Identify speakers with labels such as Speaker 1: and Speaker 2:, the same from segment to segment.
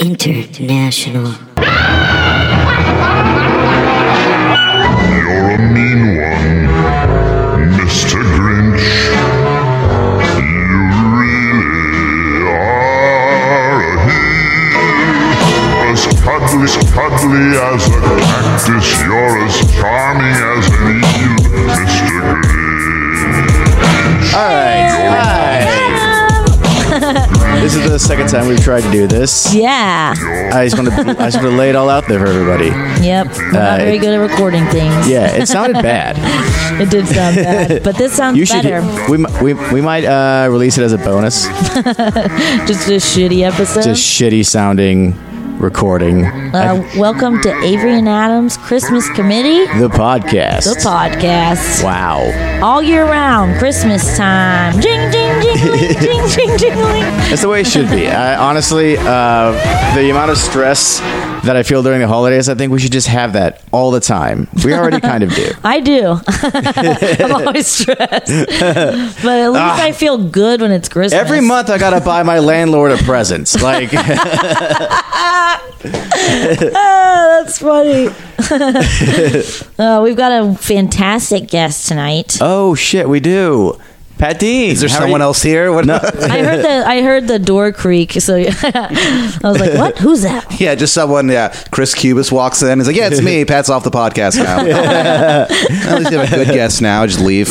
Speaker 1: International.
Speaker 2: You're a mean one, Mr. Grinch. You really are a heel. As cuddly, cuddly as a cactus, you're as charming as an eel, Mr. Grinch.
Speaker 3: All right. Hi. this is the second time we've tried to do this.
Speaker 4: Yeah.
Speaker 3: I just want to I just want to lay it all out there for everybody.
Speaker 4: Yep. We're not
Speaker 3: Uh,
Speaker 4: very good at recording things.
Speaker 3: Yeah, it sounded bad.
Speaker 4: It did sound bad, but this sounds
Speaker 3: You should
Speaker 4: better.
Speaker 3: we mi- we we might uh, release it as a bonus.
Speaker 4: Just a shitty episode.
Speaker 3: Just shitty sounding recording.
Speaker 4: uh, welcome to Avery and Adams Christmas Committee,
Speaker 3: the podcast.
Speaker 4: the podcast.
Speaker 3: Wow.
Speaker 4: All year round, Christmas time. Jing, jing, jing, jing, jing, jing.
Speaker 3: That's the way it should be. I, honestly, uh, the amount of stress that I feel during the holidays, I think we should just have that all the time. We already kind of do.
Speaker 4: I do. I'm always stressed, but at least I feel good when it's Christmas.
Speaker 3: Ah. Every month I gotta buy my landlord a present. Like
Speaker 4: Ah, that's funny. uh, we've got a fantastic guest tonight.
Speaker 3: Oh shit, we do. Pat Dean.
Speaker 5: Is there someone else here? What?
Speaker 4: I heard the I heard the door creak, so I was like, "What? Who's that?"
Speaker 5: yeah, just someone. Yeah, Chris Cubis walks in. He's like, "Yeah, it's me." Pat's off the podcast now. At least you have a good guess now. Just leave.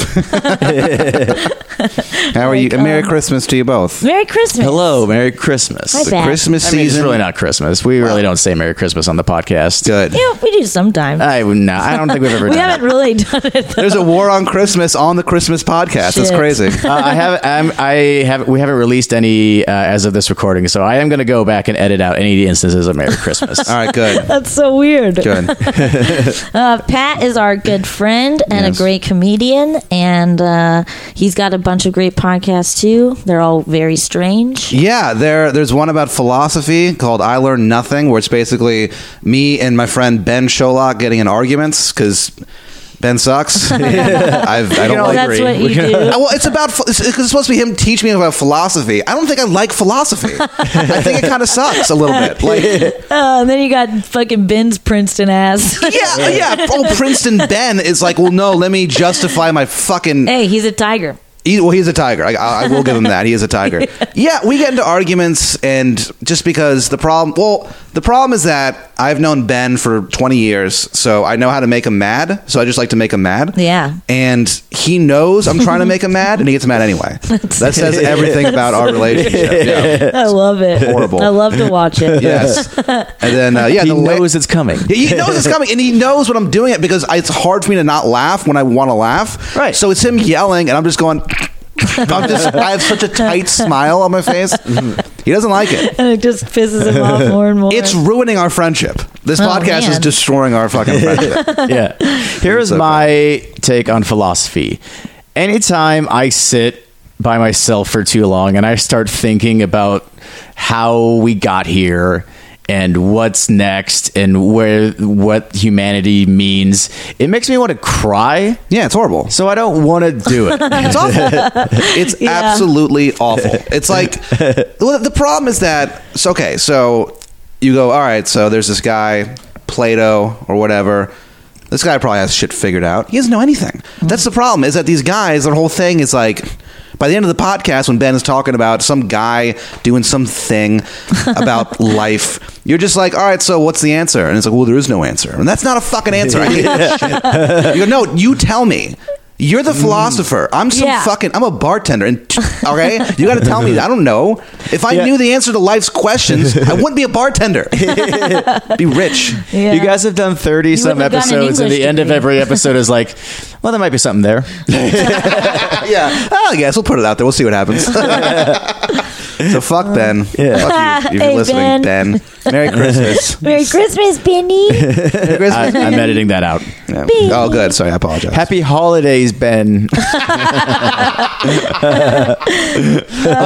Speaker 5: How are you?
Speaker 3: um,
Speaker 5: Merry Christmas to you both.
Speaker 4: Merry Christmas.
Speaker 3: Hello, Merry Christmas.
Speaker 4: Hi, Pat.
Speaker 5: Christmas
Speaker 3: I mean, it's
Speaker 5: season.
Speaker 3: really not Christmas. We really don't say Merry Christmas on the podcast.
Speaker 5: good.
Speaker 4: You know, we do sometimes.
Speaker 3: I no, I don't think we've ever
Speaker 5: Uh,
Speaker 4: we
Speaker 3: done.
Speaker 4: haven't
Speaker 3: that.
Speaker 4: really done it. Though.
Speaker 5: There's a war on Christmas on the Christmas podcast. That's
Speaker 4: Shit.
Speaker 5: crazy.
Speaker 3: Uh, I haven't. I'm, I have. We haven't released any uh, as of this recording, so I am going to go back and edit out any instances of Merry Christmas.
Speaker 5: All right, good.
Speaker 4: That's so weird.
Speaker 5: Good.
Speaker 4: Uh, Pat is our good friend and
Speaker 5: Yes.
Speaker 4: a great comedian, and uh, he's got a bunch of great podcasts too. They're all very strange.
Speaker 5: Yeah, there there's one about philosophy called I Learn Nothing, where it's basically me and my friend Ben Sholok getting in arguments because Ben sucks. I've, I don't
Speaker 3: all
Speaker 4: Well,
Speaker 5: like.
Speaker 4: that's
Speaker 3: agree.
Speaker 4: what
Speaker 3: We
Speaker 4: you
Speaker 3: can-
Speaker 4: do.
Speaker 5: Uh, Well, it's about ph- it's, it's supposed to be him teaching me about philosophy. I don't think I like philosophy. I think it kind of sucks a little bit. Like,
Speaker 4: Uh, and then you got fucking Ben's Princeton ass.
Speaker 5: yeah, yeah. Oh, Princeton Ben is like, well, no, let me justify my fucking.
Speaker 4: hey, he's a tiger.
Speaker 5: He, well, he's a tiger. I, I I will give him that. He is a tiger. Yeah, we get into arguments, and just because the problem, well, the problem is that I've known Ben for 20 years, so I know how to make him mad. So I just like to make him mad.
Speaker 4: Yeah.
Speaker 5: And he knows I'm trying to make him mad, and he gets mad anyway. that says everything about our relationship. Yeah.
Speaker 4: I love it.
Speaker 5: Horrible.
Speaker 4: I love to watch it.
Speaker 5: Yes. And then, uh, yeah,
Speaker 3: he
Speaker 5: the la-
Speaker 3: knows it's coming.
Speaker 5: he knows it's coming, and he knows when I'm doing it because it's hard for me to not laugh when I want to laugh.
Speaker 3: Right.
Speaker 5: So it's him yelling, and I'm just going. I'm just. I have such a tight smile on my face. He doesn't like it.
Speaker 4: And it just pisses him off more and more.
Speaker 5: It's ruining our friendship. This
Speaker 4: Oh,
Speaker 5: podcast is
Speaker 4: man.
Speaker 5: destroying our fucking friendship.
Speaker 3: yeah. Here is
Speaker 5: so
Speaker 3: my take on philosophy. Anytime I sit by myself for too long and I start thinking about how we got here and what's next and where what humanity means, it makes me want to cry.
Speaker 5: yeah, it's horrible.
Speaker 3: So I don't want to do it.
Speaker 5: It's awful. It's absolutely awful. It's like well, the problem is that so okay, so you go all right. So there's this guy Plato or whatever. This guy probably has shit figured out. He doesn't know anything. That's the problem. Is that these guys, their whole thing is like. By the end of the podcast, when Ben is talking about some guy doing something about life, you're just like, "All right, so what's the answer?" And it's like, "Well, there is no answer," and that's not a fucking answer. I hate that shit. You go, "No, you tell me." You're the philosopher. I'm some
Speaker 4: Yeah.
Speaker 5: fucking. I'm a bartender, and okay, you got to tell me. I don't know. If I
Speaker 3: Yeah.
Speaker 5: knew the answer to life's questions, I wouldn't be a bartender. be rich.
Speaker 4: Yeah.
Speaker 3: You guys have done 30 some
Speaker 4: wouldn't have gotten an
Speaker 3: episodes, and the
Speaker 4: English
Speaker 3: end of
Speaker 4: degree.
Speaker 3: every episode is like, well, there might be something there.
Speaker 5: yeah. Oh, I guess we'll put it out there. We'll see what happens. so fuck Ben.
Speaker 3: Yeah.
Speaker 5: Fuck you if you're
Speaker 4: Hey,
Speaker 5: listening,
Speaker 4: Ben.
Speaker 5: Ben. Merry Christmas.
Speaker 4: Merry Christmas, Benny.
Speaker 5: Merry Christmas.
Speaker 3: I, I'm editing that out.
Speaker 5: Yeah. Oh, good. Sorry, I apologize.
Speaker 3: Happy holidays, Ben.
Speaker 5: I'm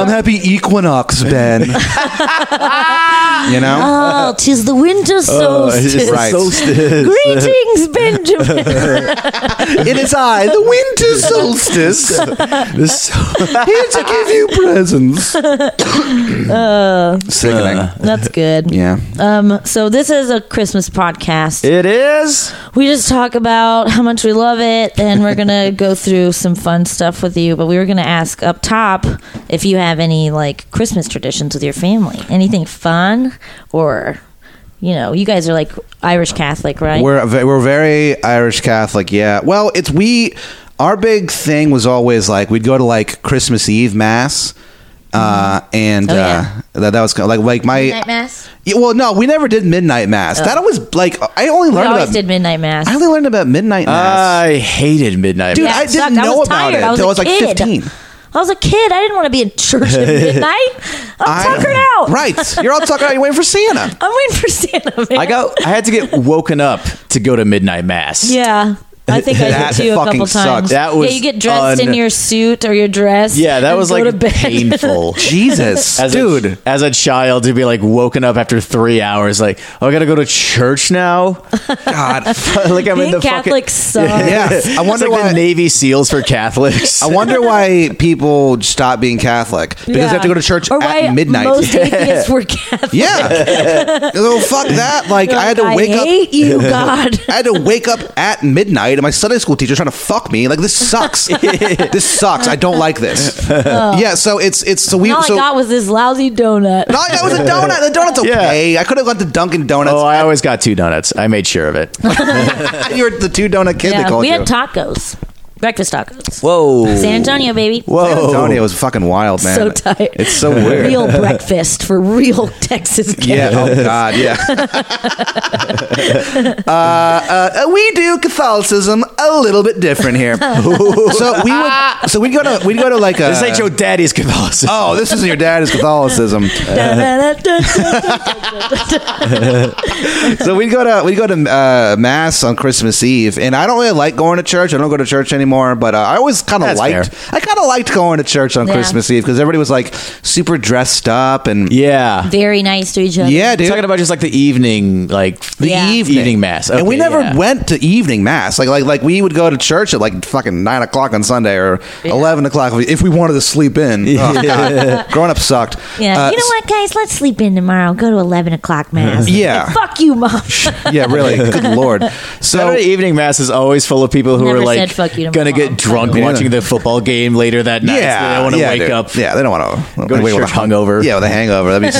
Speaker 5: happy equinox, Ben. You know?
Speaker 4: Oh, tis the winter solstice.
Speaker 5: right.
Speaker 3: solstice.
Speaker 4: Greetings, Benjamin.
Speaker 5: it is I, the winter solstice,
Speaker 3: The sol-
Speaker 5: here to give you presents.
Speaker 4: Uh.
Speaker 5: Sickening.
Speaker 4: That's good.
Speaker 5: yeah.
Speaker 4: Um, so this is a Christmas podcast.
Speaker 3: it is.
Speaker 4: we just talk about how much we love it and we're gonna go through some fun stuff with you but we were gonna ask up top if you have any like christmas traditions with your family anything fun or you know you guys are like irish catholic right
Speaker 5: We're ve- we're very Irish Catholic, yeah. Well, it's we. Our big thing was always like we'd go to like Christmas Eve mass, uh, and
Speaker 4: Oh, yeah.
Speaker 5: uh, that that was kinda- like like my
Speaker 4: Midnight Mass?
Speaker 5: Yeah, well, no, we never did midnight mass. That always like I only
Speaker 4: Oh. we
Speaker 5: learned
Speaker 4: always
Speaker 5: about
Speaker 4: did midnight mass
Speaker 5: I only learned about midnight mass.
Speaker 3: I hated midnight.
Speaker 5: Dude,
Speaker 3: Mass.
Speaker 5: I
Speaker 4: it sucked.
Speaker 5: didn't
Speaker 4: I
Speaker 5: know
Speaker 4: was
Speaker 5: about
Speaker 4: tired.
Speaker 5: it
Speaker 4: I was
Speaker 5: until I
Speaker 4: a
Speaker 5: was like
Speaker 4: kid.
Speaker 5: 15.
Speaker 4: I was a kid. I didn't want to be in church at midnight.
Speaker 5: I-
Speaker 4: I'm tuckered out.
Speaker 5: Right, you're all tuckered out. You're waiting for Santa.
Speaker 4: I'm waiting for Santa. Man.
Speaker 3: I got. I had to get woken up to go to midnight mass.
Speaker 4: Yeah. I think I
Speaker 5: That
Speaker 4: did too a
Speaker 5: fucking
Speaker 4: couple times.
Speaker 5: sucks.
Speaker 3: That was
Speaker 4: yeah, you get dressed in
Speaker 3: un-
Speaker 4: your suit or your dress.
Speaker 3: Yeah, that
Speaker 4: and
Speaker 3: was
Speaker 4: go to
Speaker 3: like
Speaker 4: bed.
Speaker 3: painful.
Speaker 5: Jesus,
Speaker 3: As
Speaker 5: dude.
Speaker 3: a, as a child to be like woken up after three hours, like oh, I gotta go to church now.
Speaker 5: God,
Speaker 3: like I'm in
Speaker 4: Being
Speaker 3: the
Speaker 4: Catholic
Speaker 3: fucking.
Speaker 4: sucks.
Speaker 5: yeah. I
Speaker 3: It's
Speaker 5: wonder
Speaker 3: like
Speaker 5: why
Speaker 3: the Navy SEALs for Catholics.
Speaker 5: I wonder why people stop being Catholic because they have to go to church
Speaker 4: or
Speaker 5: at
Speaker 4: why
Speaker 5: midnight.
Speaker 4: Most atheists were Catholic.
Speaker 5: Yeah. oh fuck that! Like
Speaker 4: They're
Speaker 5: I had to
Speaker 4: like,
Speaker 5: wake
Speaker 4: I
Speaker 5: up.
Speaker 4: hate you, God.
Speaker 5: I had to wake up at midnight, and my Sunday school teacher's trying to fuck me. Like this sucks. this sucks. I don't like this.
Speaker 4: Oh.
Speaker 5: Yeah. So it's it's so we
Speaker 4: All
Speaker 5: so.
Speaker 4: I got was this lousy donut.
Speaker 5: No, that was a donut. The donut's
Speaker 3: Yeah.
Speaker 5: okay. I could have gone to Dunkin' Donuts.
Speaker 3: oh, I always got two donuts. I made sure of it.
Speaker 5: Uh, you were the two donut kid. they
Speaker 4: yeah,
Speaker 5: called
Speaker 4: we
Speaker 5: you.
Speaker 4: had tacos, breakfast tacos.
Speaker 3: Whoa,
Speaker 4: San Antonio, baby.
Speaker 5: San
Speaker 3: Whoa,
Speaker 5: Antonio was fucking wild, man.
Speaker 4: So tight.
Speaker 5: It's so weird.
Speaker 4: Real breakfast for real Texas kids.
Speaker 5: Yeah. Oh God. Yeah. uh, uh, uh, we do Catholicism a little bit different here. so we would. So we'd go to. We'd go to like a.
Speaker 3: This ain't your daddy's Catholicism.
Speaker 5: oh, this isn't your dad's Catholicism. so we'd go to we'd go to uh, mass on Christmas Eve, and I don't really like going to church. I don't go to church anymore, but uh, I always kind of
Speaker 3: That's
Speaker 5: liked. I kind of liked going to church on
Speaker 4: Yeah.
Speaker 5: Christmas Eve because everybody was like super dressed up and
Speaker 3: yeah.
Speaker 4: Very nice to each other.
Speaker 5: yeah, dude.
Speaker 3: Talking about just like the evening, like
Speaker 5: the
Speaker 4: Yeah.
Speaker 5: evening.
Speaker 3: mass,
Speaker 5: and we
Speaker 3: Okay,
Speaker 5: never
Speaker 3: yeah.
Speaker 5: went to evening mass. Like like like we would go to church at like fucking nine o'clock on Sunday or eleven o'clock if we- if we wanted to sleep in. Oh, God. Growing up sucked.
Speaker 4: Yeah,
Speaker 5: Uh,
Speaker 4: you know what, guys? Let's sleep in tomorrow. Go to eleven o'clock mass.
Speaker 5: Yeah.
Speaker 4: Like, fuck you, mom.
Speaker 5: Yeah, really. Good lord. So
Speaker 3: Saturday evening mass is always full of people who
Speaker 4: Never
Speaker 3: are
Speaker 4: said
Speaker 3: like
Speaker 4: fuck you to
Speaker 3: gonna
Speaker 4: my
Speaker 3: get
Speaker 4: mom.
Speaker 3: drunk
Speaker 5: Yeah.
Speaker 3: watching the football game later that night.
Speaker 5: yeah,
Speaker 3: I want to
Speaker 5: yeah,
Speaker 3: wake
Speaker 5: dude.
Speaker 3: up.
Speaker 5: Yeah, they don't want to
Speaker 3: Go to
Speaker 5: wake up
Speaker 3: church hungover.
Speaker 5: Yeah, with a hangover. That'd be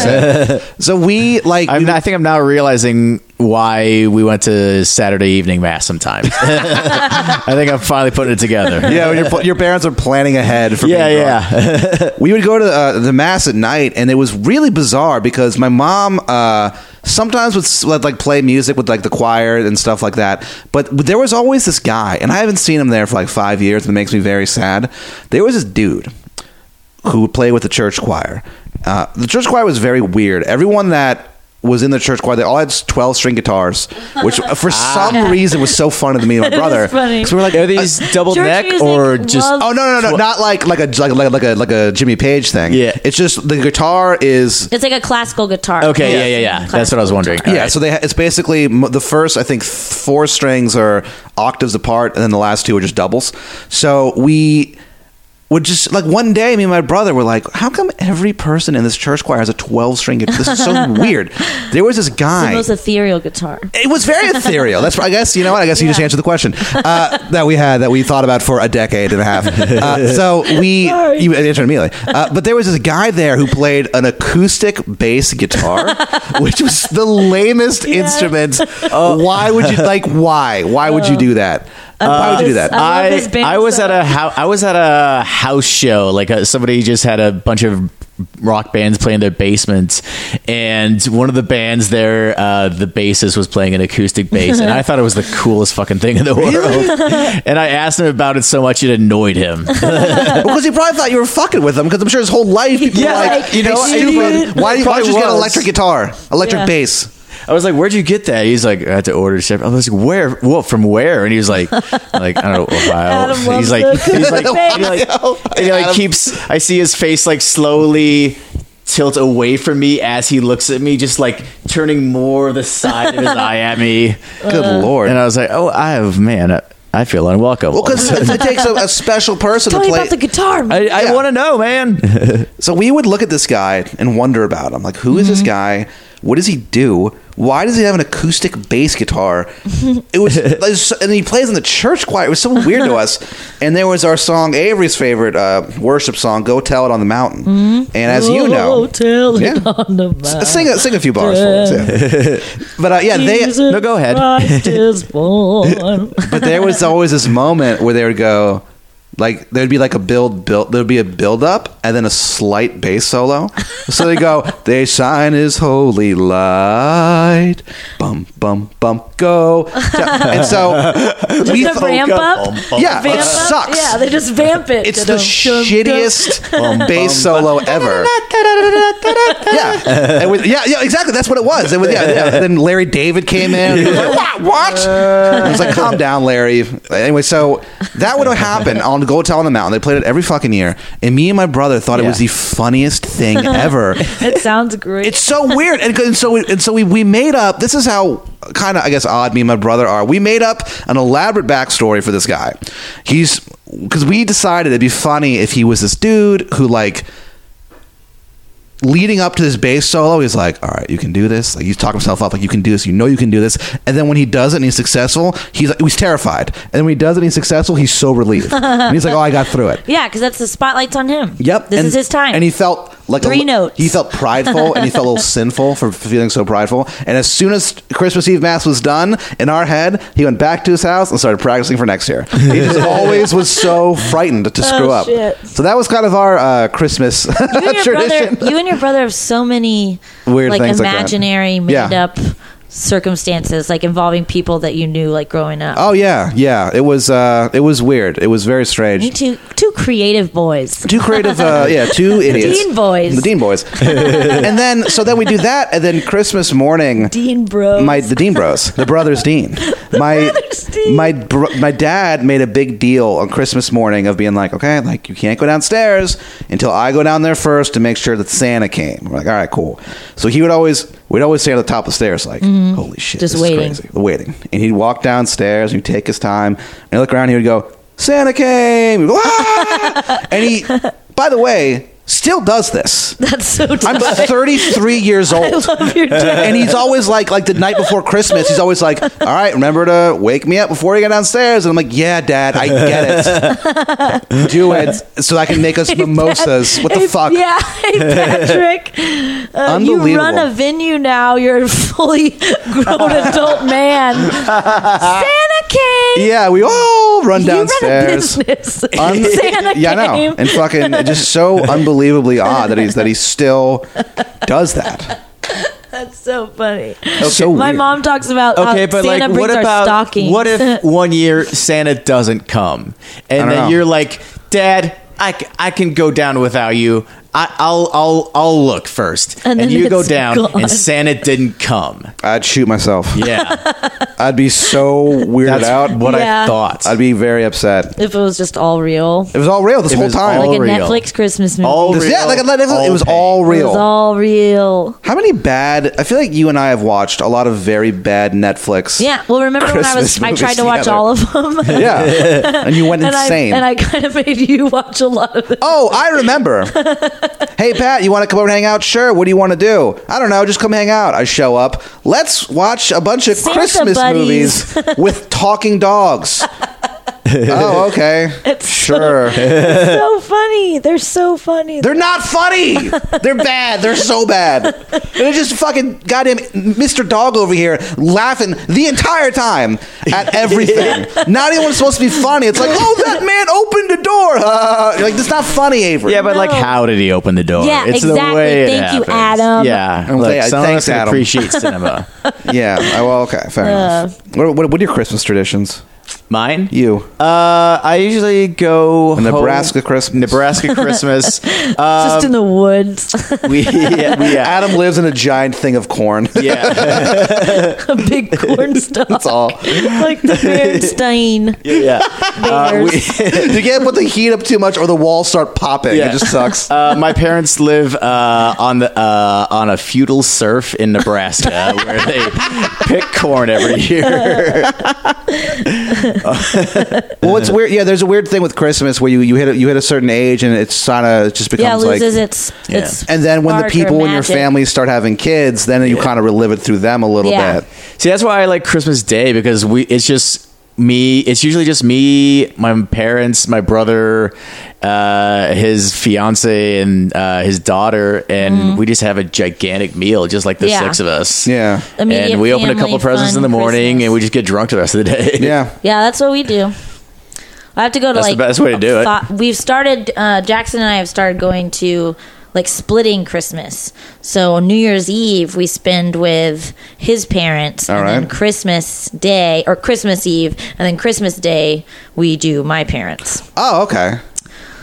Speaker 5: sick. so we like
Speaker 3: I'm
Speaker 5: we-
Speaker 3: not, I think I'm now realizing why we went to Saturday evening mass sometimes. I think I'm finally putting it together.
Speaker 5: yeah, when your, your parents are planning ahead for
Speaker 3: yeah,
Speaker 5: being drunk.
Speaker 3: yeah.
Speaker 5: we would go to uh, the mass at night, and it was really bizarre because my mom uh, sometimes would s- like like, play music with like the choir and stuff like that. But there was always this guy, and I haven't seen him there for like five years, and it makes me very sad. There was this dude who would play with the church choir. Uh, the church choir was very weird. Everyone that was in the church choir, they all had twelve string guitars, which uh, for some reason was so funny to me and my brother.
Speaker 4: funny.
Speaker 5: 'Cause we were like,
Speaker 3: Are these double
Speaker 4: Church
Speaker 3: neck
Speaker 4: music
Speaker 3: or just?
Speaker 4: loves-
Speaker 5: Oh no no no no! Not like like a like like like a like a Jimmy Page thing.
Speaker 3: Yeah.
Speaker 5: it's just the guitar is.
Speaker 4: It's like a classical guitar.
Speaker 3: Okay, yeah, yeah, yeah. That's what I was wondering. All
Speaker 5: yeah,
Speaker 3: right.
Speaker 5: so they ha- it's basically m- the first I think th- four strings are octaves apart, and then the last two are just doubles. So we would just like one day, me and my brother were like, "How come every person in this church choir has a twelve string guitar? This is so weird." There was this
Speaker 4: It's the
Speaker 5: guy.
Speaker 4: most ethereal guitar.
Speaker 3: Oh,
Speaker 5: It was very ethereal. That's I guess you know what I guess you just
Speaker 4: Yeah.
Speaker 5: answered the question uh, that we had that we thought about for a decade and a half. Uh, so we
Speaker 4: Sorry.
Speaker 5: you answered immediately. Uh, but there was this guy there who played an acoustic bass guitar, which was the lamest instrument.
Speaker 4: Oh.
Speaker 5: Why would you like? Why? Why would you do that? why would you do that?
Speaker 4: I love this band
Speaker 3: I was
Speaker 4: so
Speaker 3: at a hou- I was at a house show. Like uh somebody just had a bunch of rock bands playing their basements, and one of the bands there, uh, the bassist was playing an acoustic bass, and I thought it was the coolest fucking thing in the world. and I asked him about it so much it annoyed him.
Speaker 5: Uh, because he probably thought you were fucking with him. Because I'm sure his whole life people
Speaker 3: Yeah,
Speaker 5: were like
Speaker 3: like, you know
Speaker 5: "Hey,
Speaker 3: what?
Speaker 5: stupid. Why, do you- why don't you just get an
Speaker 3: Probably was.
Speaker 5: electric guitar, electric
Speaker 4: Yeah.
Speaker 5: bass?
Speaker 3: I was like, "Where'd you get that?" He's like, "I had to order it." shipped." I was like, "Where? What? From where?" And he was like, "Like I don't know, Ohio."
Speaker 4: Adam loves
Speaker 3: he's like,
Speaker 4: the
Speaker 3: he's like,
Speaker 4: acoustic
Speaker 3: he like,
Speaker 5: bass.
Speaker 3: and he like
Speaker 5: Adam.
Speaker 3: keeps. I see his face like slowly tilt away from me as he looks at me, just like turning more of the side of his eye at me.
Speaker 5: Good lord.
Speaker 3: And I was like, oh, I have man, I- I feel unwelcome.
Speaker 5: well, because it, it takes a, a special person
Speaker 4: Tell
Speaker 5: to
Speaker 4: me
Speaker 5: play.
Speaker 4: about the guitar.
Speaker 3: I,
Speaker 4: man.
Speaker 3: I
Speaker 5: Yeah.
Speaker 3: want to know, man.
Speaker 5: So we would look at this guy and wonder about him. Like, who is this
Speaker 4: Mm-hmm.
Speaker 5: guy? What does he do? Why does he have an acoustic bass guitar? It was, it was- and he plays in the church choir. It was so weird to us. And there was our song, Avery's favorite uh, worship song, "Go Tell It on the Mountain." And as you know,
Speaker 4: Oh, tell
Speaker 5: Yeah.
Speaker 4: it on the mountain.
Speaker 5: sing a, sing a few bars for us. yeah. But uh, yeah, they.
Speaker 4: Jesus
Speaker 3: No, go ahead.
Speaker 4: Christ is born.
Speaker 5: But there was always this moment where they would go. Like there'd be like a build, build. There'd be a build up and then a slight bass solo. So they go, "They shine His holy light, bum bum bum, go." And so we
Speaker 4: Just a
Speaker 5: thought,
Speaker 4: ramp up.
Speaker 5: yeah,
Speaker 4: Vamp
Speaker 5: it
Speaker 4: up?
Speaker 5: sucks.
Speaker 4: Yeah, they just vamp it.
Speaker 5: it's
Speaker 4: Dun,
Speaker 5: the
Speaker 4: dun,
Speaker 5: shittiest bass solo ever. yeah, and with, yeah, yeah, exactly. That's what it was. And with, yeah, yeah. Then Larry David came in. He was like, what? What? I was like, calm down, Larry. Anyway, so that would happen on Go Tell on the Mountain. They played it every fucking year, and me and my brother thought it was the
Speaker 3: Yeah.
Speaker 5: funniest thing ever.
Speaker 4: dun. It sounds great.
Speaker 5: It's so weird, and, and so we, and so we, we made up. This is how kind of I guess odd me and my brother are. We made up an elaborate backstory for this guy. He's because we decided it'd be funny if he was this dude who like leading up to this bass solo, he's like, "All right, you can do this." Like he's talking himself up, like, "You can do this. You know, you can do this." And then when he does it and he's successful, he's like, he's terrified. And then when he does it and he's successful, he's so relieved. and he's like, "Oh, I got through it."
Speaker 4: yeah, because that's the spotlight's on him.
Speaker 5: Yep.
Speaker 4: This
Speaker 5: and-
Speaker 4: is his time.
Speaker 5: And he felt like a
Speaker 4: Three
Speaker 5: li-
Speaker 4: notes.
Speaker 5: He felt prideful and he felt a little sinful for feeling so prideful. And as soon as Christmas Eve mass was done, in our head, he went back to his house and started practicing for next year. He just always was so frightened to screw up.
Speaker 4: Oh, shit.
Speaker 5: So that was kind of our uh, Christmas
Speaker 4: you and your
Speaker 5: tradition.
Speaker 4: brother, you and your brother have so many
Speaker 5: Weird
Speaker 4: like
Speaker 5: things like that.
Speaker 4: imaginary
Speaker 5: Yeah.
Speaker 4: made up circumstances, like involving people that you knew, like growing up.
Speaker 5: Oh yeah, yeah. It was uh, it was weird. It was very strange.
Speaker 4: You two, two creative boys.
Speaker 5: Two creative, uh, yeah, two idiots.
Speaker 4: Dean boys.
Speaker 5: The Dean boys. and then, so then we do that, and then Christmas morning,
Speaker 4: Dean Bros.
Speaker 5: my the Dean Bros, the brothers Dean. My
Speaker 4: brothers Dean.
Speaker 5: my bro- my dad made a big deal on Christmas morning of being like, okay, like you can't go downstairs until I go down there first to make sure that Santa came. We're like, all right, cool. So he would always we'd always stay on the top of the stairs, like, holy shit,
Speaker 4: Mm-hmm. Just
Speaker 5: this is
Speaker 4: waiting.
Speaker 5: crazy. waiting, and he'd walk downstairs, he'd take his time, and he'd look around, he would go, Santa came, He'd go, "Ah!" and he, by the way, still does this.
Speaker 4: That's so
Speaker 5: I'm
Speaker 4: tight.
Speaker 5: 33 years old.
Speaker 4: I love your dad.
Speaker 5: and he's always like, like the night before Christmas, he's always like, "All right, remember to wake me up before you get downstairs." And I'm like, "Yeah, Dad, I get it. Do it so I can make us mimosas." What the
Speaker 4: Hey,
Speaker 5: fuck?
Speaker 4: Yeah, hey, Patrick. Uh, You
Speaker 5: Unbelievable.
Speaker 4: run a venue now. You're a fully grown adult man. Santa came.
Speaker 5: Yeah, we all run
Speaker 4: You run a
Speaker 5: downstairs.
Speaker 4: business.
Speaker 5: Un-
Speaker 4: Santa
Speaker 5: yeah, I
Speaker 4: came.
Speaker 5: know, and fucking just so unbelievably odd that he's that he still does that.
Speaker 4: That's so funny.
Speaker 5: So
Speaker 4: My
Speaker 5: weird.
Speaker 4: mom talks about
Speaker 3: okay,
Speaker 4: how
Speaker 3: but
Speaker 4: Santa
Speaker 3: like,
Speaker 4: brings
Speaker 3: what
Speaker 4: our
Speaker 3: about
Speaker 4: stockings.
Speaker 3: what if one year Santa doesn't come,
Speaker 5: I
Speaker 3: and then
Speaker 5: don't know.
Speaker 3: you're like, Dad, I, c- I can go down without you. I, I'll I'll I'll look first,
Speaker 4: And
Speaker 3: and,
Speaker 4: then
Speaker 3: you go
Speaker 4: it's
Speaker 3: down,
Speaker 4: gone.
Speaker 3: and Santa didn't come.
Speaker 5: I'd shoot myself.
Speaker 3: Yeah,
Speaker 5: I'd be so weirded
Speaker 3: that's
Speaker 5: out.
Speaker 3: what
Speaker 4: Yeah.
Speaker 3: I thought.
Speaker 5: I'd be very upset.
Speaker 4: if it was just all real,
Speaker 5: It was all real this
Speaker 3: It
Speaker 5: whole
Speaker 3: was
Speaker 5: time.
Speaker 3: all
Speaker 4: like a
Speaker 3: real.
Speaker 4: Netflix Christmas movie?
Speaker 3: All
Speaker 5: This- yeah,
Speaker 3: real,
Speaker 5: like a lot of- it was
Speaker 3: pain.
Speaker 5: all
Speaker 4: It
Speaker 5: real.
Speaker 4: was all real.
Speaker 5: How many bad? I feel like you and I have watched a lot of very bad Netflix.
Speaker 4: Yeah. Well, remember when I
Speaker 5: Christmas
Speaker 4: was? I
Speaker 5: movies
Speaker 4: tried to watch
Speaker 5: together.
Speaker 4: all of them.
Speaker 5: Yeah, and you went
Speaker 4: and I
Speaker 5: insane.
Speaker 4: and I kind of made you watch a lot of it.
Speaker 5: oh, I remember. hey, Pat, you want to come over and hang out? Sure. What do you want to do? I don't know. Just come hang out. I show up. Let's watch a bunch of
Speaker 4: Santa
Speaker 5: Christmas
Speaker 4: buddies.
Speaker 5: movies with talking dogs. oh, okay. sure.
Speaker 4: so funny. They're so funny.
Speaker 5: They're not funny. They're bad. They're so bad. They're just fucking goddamn Mr. Dog over here laughing the entire time at everything. not even when it's supposed to be funny. It's like, oh, that man opened the door. Uh, you're like, that's not funny, Avery.
Speaker 3: Yeah, but like,
Speaker 4: No.
Speaker 3: how did he open the door?
Speaker 4: Yeah,
Speaker 3: it's
Speaker 4: exactly.
Speaker 3: the way it
Speaker 4: Thank you,
Speaker 3: happens.
Speaker 4: Adam.
Speaker 3: Yeah,
Speaker 5: I'm
Speaker 3: look,
Speaker 5: glad-
Speaker 3: some of
Speaker 5: thanks,
Speaker 3: us can
Speaker 5: Adam.
Speaker 3: appreciate cinema.
Speaker 5: yeah. Oh, well, okay. Fair enough. What, what, what are your Christmas traditions?
Speaker 3: Mine?
Speaker 5: You.
Speaker 3: Uh, I usually go home-
Speaker 5: Nebraska Christmas.
Speaker 3: Nebraska Christmas. Uh,
Speaker 4: Just in the woods,
Speaker 3: we, yeah, we, yeah.
Speaker 5: Adam lives in a giant thing of corn.
Speaker 3: yeah,
Speaker 4: a big cornstalk. That's all. like the Bernstein.
Speaker 3: yeah. Uh, we-
Speaker 5: you can't put the heat up too much, or the walls start popping.
Speaker 3: Yeah.
Speaker 5: It just sucks.
Speaker 3: Uh, my parents live uh, on the uh, on a feudal surf in Nebraska, where they pick corn every year.
Speaker 5: well, it's weird. Yeah, there's a weird thing with Christmas where you you hit a, you hit a certain age, and it's kind of just
Speaker 4: yeah,
Speaker 5: becomes like.
Speaker 4: loses its its.
Speaker 5: And then when the
Speaker 4: spark or
Speaker 5: people in your
Speaker 4: magic.
Speaker 5: family start having kids, then you kind of relive it through them a little
Speaker 4: Yeah.
Speaker 5: bit.
Speaker 3: See, that's why I like Christmas Day because we it's just me. It's usually just me, my parents, my brother, uh, his fiance, and uh, his daughter, and we just have a gigantic meal, just like the
Speaker 4: Mm-hmm. Yeah.
Speaker 3: six of us.
Speaker 5: Yeah.
Speaker 4: Immediate
Speaker 3: and we open a
Speaker 4: family
Speaker 3: couple presents
Speaker 4: fun
Speaker 3: in the morning,
Speaker 4: Christmas.
Speaker 3: and we just get drunk the rest of the day.
Speaker 5: Yeah.
Speaker 4: Yeah, that's what we do. I have to go to
Speaker 3: That's the
Speaker 4: like
Speaker 3: best way to do it.
Speaker 4: thought- We've started. Uh, Jackson and I have started going to like splitting Christmas. So New Year's Eve we spend with his parents,
Speaker 5: All
Speaker 4: and then
Speaker 5: right.
Speaker 4: Christmas Day or Christmas Eve, and then Christmas Day we do my parents,
Speaker 5: Oh, okay.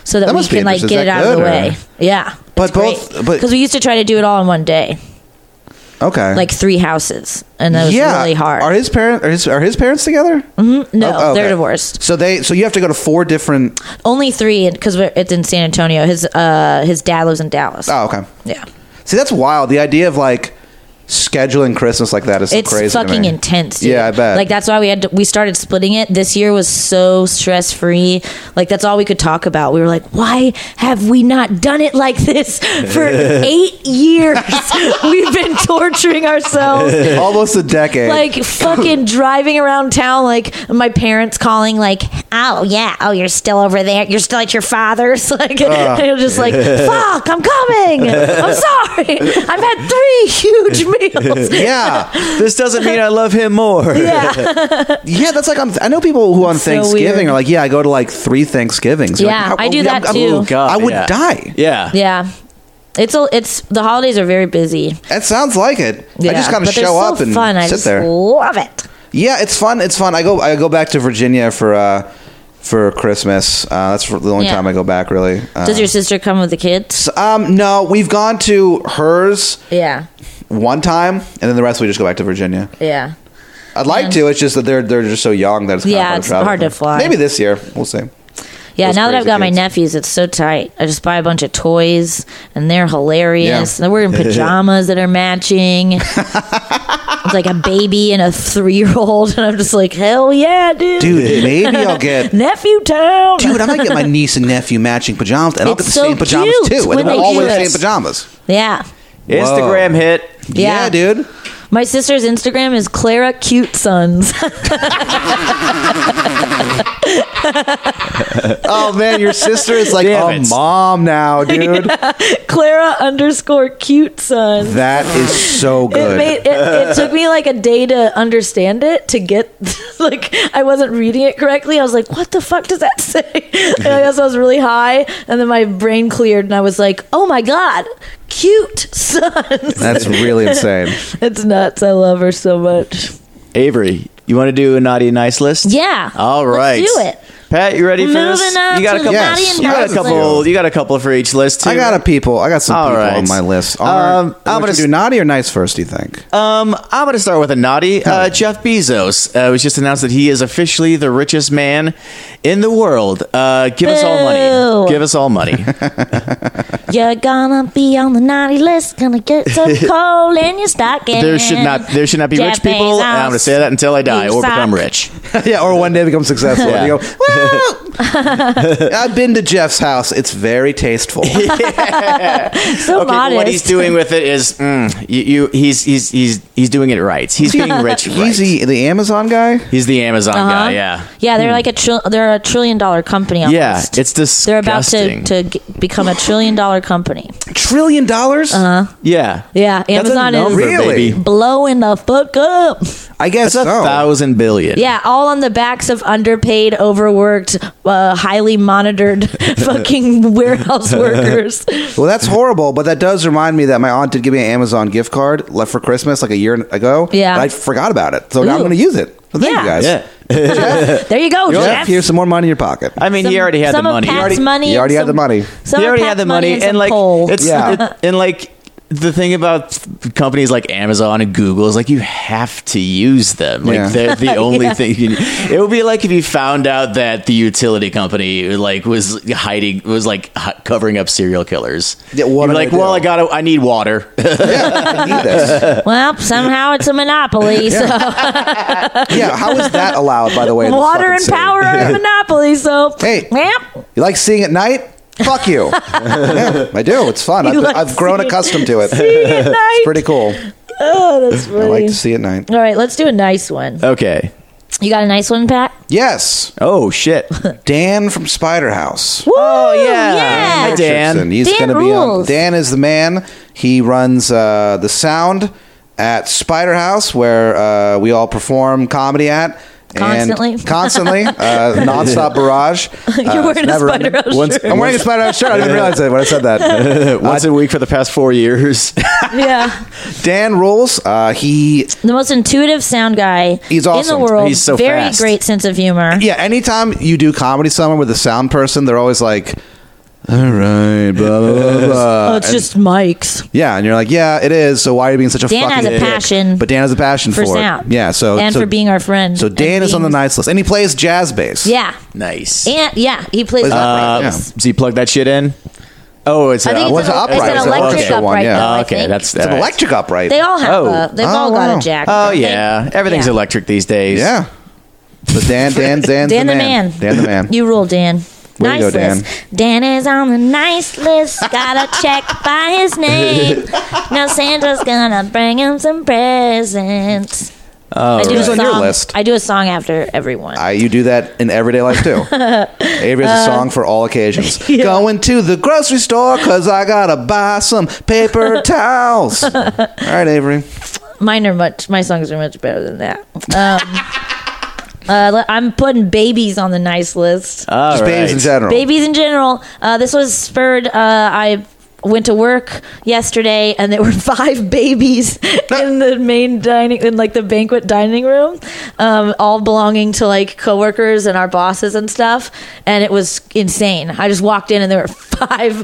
Speaker 4: so that,
Speaker 5: That
Speaker 4: we
Speaker 5: must be
Speaker 4: can like
Speaker 5: interesting.
Speaker 4: get
Speaker 5: Is
Speaker 4: it
Speaker 5: that
Speaker 4: out of the
Speaker 5: good, or-
Speaker 4: way. Yeah,
Speaker 5: But both- but-
Speaker 4: because we used to try to do it all in one day,
Speaker 5: Okay.
Speaker 4: like three houses, and that was really hard. Mm-hmm.
Speaker 5: Are his parents are his, are his parents together?
Speaker 4: no,
Speaker 5: Oh, okay.
Speaker 4: they're divorced.
Speaker 5: So they so you have to go to four different.
Speaker 4: Only three because it's in San Antonio. His uh his dad lives in Dallas.
Speaker 5: Oh, okay.
Speaker 4: Yeah,
Speaker 5: See, that's wild. The idea of like scheduling Christmas like that is so
Speaker 4: it's
Speaker 5: crazy. to
Speaker 4: fucking
Speaker 5: me.
Speaker 4: intense. dude.
Speaker 5: Yeah, I bet.
Speaker 4: Like that's why we had to, we started splitting it. This year was so stress free. Like that's all we could talk about. We were like, why have we not done it like this for eight years? We've been torturing ourselves.
Speaker 5: Almost a decade.
Speaker 4: Like fucking driving around town, like my parents calling, like, "Oh yeah, oh you're still over there, you're still at your father's." Like,
Speaker 5: Ah.
Speaker 4: and you're just like, "Fuck, I'm coming. I'm sorry. I've had three huge meals."
Speaker 5: yeah,
Speaker 3: this doesn't mean I love him more.
Speaker 4: Yeah.
Speaker 5: yeah. That's like on, I know people who on
Speaker 4: It's so
Speaker 5: Thanksgiving
Speaker 4: weird.
Speaker 5: are like, yeah, I go to like three Thanksgivings. You're like,
Speaker 4: Yeah,
Speaker 5: how-
Speaker 4: I do
Speaker 5: oh,
Speaker 4: that
Speaker 5: I'm- I'm-
Speaker 4: too.
Speaker 3: Oh God,
Speaker 5: I would
Speaker 3: yeah.
Speaker 5: die.
Speaker 3: Yeah,
Speaker 4: Yeah. It's a, it's the holidays are very busy.
Speaker 5: That sounds like it.
Speaker 4: Yeah,
Speaker 5: I just gotta
Speaker 4: but they're
Speaker 5: show
Speaker 4: so
Speaker 5: up and
Speaker 4: fun. I
Speaker 5: sit
Speaker 4: just
Speaker 5: there.
Speaker 4: Love it.
Speaker 5: Yeah, it's fun. It's fun. I go I go back to Virginia for uh for Christmas. Uh, that's the only
Speaker 4: Yeah.
Speaker 5: time I go back really. Uh,
Speaker 4: Does your sister come with the kids?
Speaker 5: um no, we've gone to hers
Speaker 4: Yeah,
Speaker 5: one time and then the rest we just go back to Virginia.
Speaker 4: yeah.
Speaker 5: I'd like
Speaker 4: Yeah.
Speaker 5: to. It's just that they're they're just so young that it's kind
Speaker 4: Yeah,
Speaker 5: of hard
Speaker 4: it's
Speaker 5: to travel.
Speaker 4: hard to fly.
Speaker 5: Maybe this year. We'll see.
Speaker 4: Yeah,
Speaker 5: Those
Speaker 4: now that I've
Speaker 5: crazy
Speaker 4: got my
Speaker 5: kids.
Speaker 4: nephews, it's so tight. I just buy a bunch of toys, and they're hilarious. And we're in pajamas that are matching. it's like a baby and a three-year-old, and I'm just like, hell yeah, dude!
Speaker 5: Dude, maybe I'll get
Speaker 4: Nephew town.
Speaker 5: Dude, I might get my niece and nephew matching pajamas and I'll
Speaker 4: It's
Speaker 5: get the
Speaker 4: so
Speaker 5: same pajamas
Speaker 4: cute
Speaker 5: too.
Speaker 4: when
Speaker 5: And
Speaker 4: they
Speaker 5: we'll all
Speaker 4: do
Speaker 5: wear the
Speaker 4: this.
Speaker 5: same pajamas.
Speaker 4: Yeah,
Speaker 3: Instagram hit.
Speaker 4: Yeah.
Speaker 5: yeah dude.
Speaker 4: my sister's Instagram is Clara Cute Sons.
Speaker 5: Oh man, your sister is like
Speaker 3: Damn
Speaker 5: a
Speaker 3: it.
Speaker 5: mom now, dude.
Speaker 4: Clara underscore Cute Sons.
Speaker 5: That is so good.
Speaker 4: It, made, it, it took me like a day to understand it to get like I wasn't reading it correctly. I was like, "What the fuck does that say?" And I guess I was really high, and then my brain cleared, and I was like, "Oh my god, cute sons!"
Speaker 5: That's really insane.
Speaker 4: it's nuts. I love her so much.
Speaker 3: Avery, you want to do a naughty and nice list?
Speaker 4: Yeah.
Speaker 3: All right.
Speaker 4: Let's do it.
Speaker 3: Pat, you ready for this?
Speaker 4: Moving on
Speaker 3: you got a
Speaker 4: to
Speaker 3: couple.
Speaker 5: the naughty and
Speaker 3: you got a
Speaker 5: nice
Speaker 3: couple.
Speaker 5: list.
Speaker 3: You got a couple for each list too.
Speaker 5: I got a people. I got some
Speaker 3: All
Speaker 5: people
Speaker 3: right.
Speaker 5: on my list.
Speaker 3: Um,
Speaker 5: Are,
Speaker 3: I'm
Speaker 5: I'm
Speaker 3: gonna
Speaker 5: going to do
Speaker 3: s-
Speaker 5: naughty or nice first. Do you think?
Speaker 3: Um, I'm going to start with a naughty. Uh, Jeff Bezos uh, was just announced that he is officially the richest man in the world. Uh, give us all money.
Speaker 4: Boo.
Speaker 3: Give us all money.
Speaker 4: You're gonna be on the naughty list. Gonna get some coal in your stocking.
Speaker 3: there should not there should not be rich
Speaker 4: Jeff
Speaker 3: people. And I'm
Speaker 4: Bezos.
Speaker 3: going to say that until I die
Speaker 4: You
Speaker 3: or become
Speaker 4: suck.
Speaker 3: rich.
Speaker 5: yeah, or one day become successful.
Speaker 3: Yeah.
Speaker 5: And you go, "Well, I've been to Jeff's house. It's very tasteful.
Speaker 4: so
Speaker 3: Okay, but
Speaker 4: modest.
Speaker 3: what he's doing with it is mm, you, you he's he's he's he's doing it right. He's being rich. right.
Speaker 5: He's the, the Amazon guy.
Speaker 3: He's the Amazon
Speaker 4: Uh-huh.
Speaker 3: guy. Yeah.
Speaker 4: Yeah, they're like a tri- they're a trillion dollar company. Almost.
Speaker 3: Hmm. Yeah, it's disgusting.
Speaker 4: they're about to, to g- become a trillion dollar company.
Speaker 5: Trillion dollars.
Speaker 4: Uh-huh.
Speaker 3: yeah.
Speaker 4: Yeah,
Speaker 3: That's a
Speaker 4: Amazon is
Speaker 3: number,
Speaker 5: Really?
Speaker 3: baby.
Speaker 4: blowing the fuck up.
Speaker 5: I guess
Speaker 3: It's a
Speaker 5: so.
Speaker 3: thousand billion.
Speaker 4: Yeah, all on the backs of underpaid, overworked, uh, highly monitored fucking warehouse workers.
Speaker 5: Well, that's horrible. But that does remind me that my aunt did give me an Amazon gift card left for Christmas like a year ago.
Speaker 4: Yeah.
Speaker 5: and I forgot about it, so now I'm
Speaker 4: Ooh.
Speaker 5: going to use it. So thank
Speaker 4: Yeah.
Speaker 5: you guys.
Speaker 3: Yeah.
Speaker 4: There you go,
Speaker 5: Jeff,
Speaker 4: Jeff.
Speaker 5: here's some more money in your pocket.
Speaker 3: I mean, he
Speaker 4: Some-
Speaker 3: already had
Speaker 4: some
Speaker 3: the
Speaker 4: of
Speaker 3: money.
Speaker 4: Pat's money.
Speaker 5: he
Speaker 4: and
Speaker 5: already had
Speaker 4: some-
Speaker 5: the money.
Speaker 4: Some
Speaker 3: he
Speaker 4: of
Speaker 3: already
Speaker 4: Pat's
Speaker 3: had the money,
Speaker 4: and,
Speaker 3: and,
Speaker 4: some
Speaker 3: like
Speaker 4: coal.
Speaker 3: it's
Speaker 5: Yeah.
Speaker 3: it- and like the thing about companies like Amazon and Google is like you have to use them. Like
Speaker 5: Yeah.
Speaker 3: they're the only thing. You can, it would be like if you found out that the utility company like was hiding was like h- covering up serial killers.
Speaker 5: Yeah,
Speaker 3: You'd be
Speaker 5: what am I
Speaker 3: like,
Speaker 5: gonna
Speaker 3: well,
Speaker 5: do?"
Speaker 3: I got I need water.
Speaker 5: I need this.
Speaker 4: well, somehow it's a monopoly. So
Speaker 5: Yeah, how is that allowed? By the way, in this
Speaker 4: water
Speaker 5: fucking
Speaker 4: and
Speaker 5: city?
Speaker 4: power are a monopoly. So
Speaker 5: Hey.
Speaker 4: yep.
Speaker 5: You like seeing at night? Fuck you. Yeah, I do. It's fun. I've,
Speaker 4: like
Speaker 5: I've grown
Speaker 4: seeing-
Speaker 5: accustomed to it.
Speaker 4: Seeing at night.
Speaker 5: It's pretty cool.
Speaker 4: oh, that's
Speaker 5: I
Speaker 4: funny.
Speaker 5: like to see at night.
Speaker 4: All right, let's do a nice one.
Speaker 3: okay.
Speaker 4: You got a nice one, Pat?
Speaker 5: Yes,
Speaker 3: Oh shit.
Speaker 5: Dan from Spider House.
Speaker 3: oh
Speaker 4: Woo,
Speaker 3: yeah.
Speaker 4: yeah.
Speaker 3: Hi, Dan.
Speaker 5: Richardson. He's
Speaker 4: Dan
Speaker 5: gonna be on.
Speaker 4: rules.
Speaker 5: Dan is the man. He runs uh, the sound at Spider House, where uh, we all perform comedy at. and
Speaker 4: Constantly.
Speaker 5: constantly, uh, nonstop barrage. Uh,
Speaker 4: You're wearing
Speaker 5: it's
Speaker 4: a
Speaker 5: never
Speaker 4: spider
Speaker 5: ending.
Speaker 4: house
Speaker 3: Once-
Speaker 4: shirt.
Speaker 5: I'm wearing a Spider House shirt. I didn't realize that Uh, when I said that.
Speaker 3: Once a week for the past four years.
Speaker 4: yeah,
Speaker 5: Dan rules. Uh, he
Speaker 4: the most intuitive sound guy
Speaker 5: He's awesome.
Speaker 4: in the world.
Speaker 3: He's so
Speaker 4: very
Speaker 3: fast.
Speaker 4: great sense of humor.
Speaker 5: yeah. Anytime you do comedy somewhere with a sound person, they're always like, "All right, blah blah blah." blah.
Speaker 4: oh, it's just Mike's.
Speaker 5: Yeah, and you're like, "Yeah, it is." So why are you being such a
Speaker 4: Dan
Speaker 5: fucking
Speaker 4: has a
Speaker 5: dick?
Speaker 4: passion
Speaker 5: But Dan has a passion for,
Speaker 4: for sound.
Speaker 5: it. Yeah. So
Speaker 4: and
Speaker 5: so-
Speaker 4: for being our friend.
Speaker 5: So
Speaker 4: and
Speaker 5: Dan is on the
Speaker 4: being-
Speaker 5: nice list, and he plays jazz bass.
Speaker 4: Yeah,
Speaker 3: nice.
Speaker 4: and yeah, he plays.
Speaker 5: Plays
Speaker 4: upright.
Speaker 5: upright, yeah.
Speaker 3: Does he plug that shit in? Oh, it's
Speaker 4: I think
Speaker 5: what's
Speaker 4: it's, an,
Speaker 5: an
Speaker 4: it's
Speaker 5: upright?
Speaker 4: an
Speaker 5: It's an
Speaker 4: electric
Speaker 5: electric
Speaker 4: upright.
Speaker 5: one, yeah.
Speaker 4: though, I
Speaker 3: okay,
Speaker 4: think.
Speaker 3: that's
Speaker 5: It's an
Speaker 3: alright.
Speaker 5: electric upright.
Speaker 4: They all have.
Speaker 3: Oh.
Speaker 4: A, they've
Speaker 5: Oh,
Speaker 4: all got
Speaker 5: wow.
Speaker 4: a jack.
Speaker 3: Oh
Speaker 4: They-
Speaker 3: yeah, everything's
Speaker 4: yeah.
Speaker 3: electric these days.
Speaker 5: yeah. But Dan, Dan, Dan's
Speaker 4: Dan
Speaker 5: the
Speaker 4: the
Speaker 5: man.
Speaker 4: man.
Speaker 5: Dan the man.
Speaker 4: You rule, Dan.
Speaker 5: Way
Speaker 4: nice
Speaker 5: to go,
Speaker 4: list. Dan. is on the nice list. Gotta check by his name. Now Sandra's gonna bring him some presents.
Speaker 3: Oh,
Speaker 4: I do
Speaker 5: Who's
Speaker 4: a
Speaker 5: on
Speaker 4: song.
Speaker 5: your list?
Speaker 4: I do a song after everyone.
Speaker 5: I, you do that in everyday life too. Avery has a song for all occasions.
Speaker 4: Uh, yeah.
Speaker 5: Going to the grocery store because I gotta buy some paper towels. All right, Avery.
Speaker 4: Mine are much. My songs are much better than that. Um, uh, le- I'm putting babies on the nice list.
Speaker 3: All
Speaker 5: Just babies
Speaker 3: right.
Speaker 5: in general.
Speaker 4: Babies in general. Uh, this was spurred. Uh, I went to work yesterday, and there were five babies in the main dining, in like the banquet dining room, um, all belonging to like coworkers and our bosses and stuff. And it was insane. I just walked in, and there were five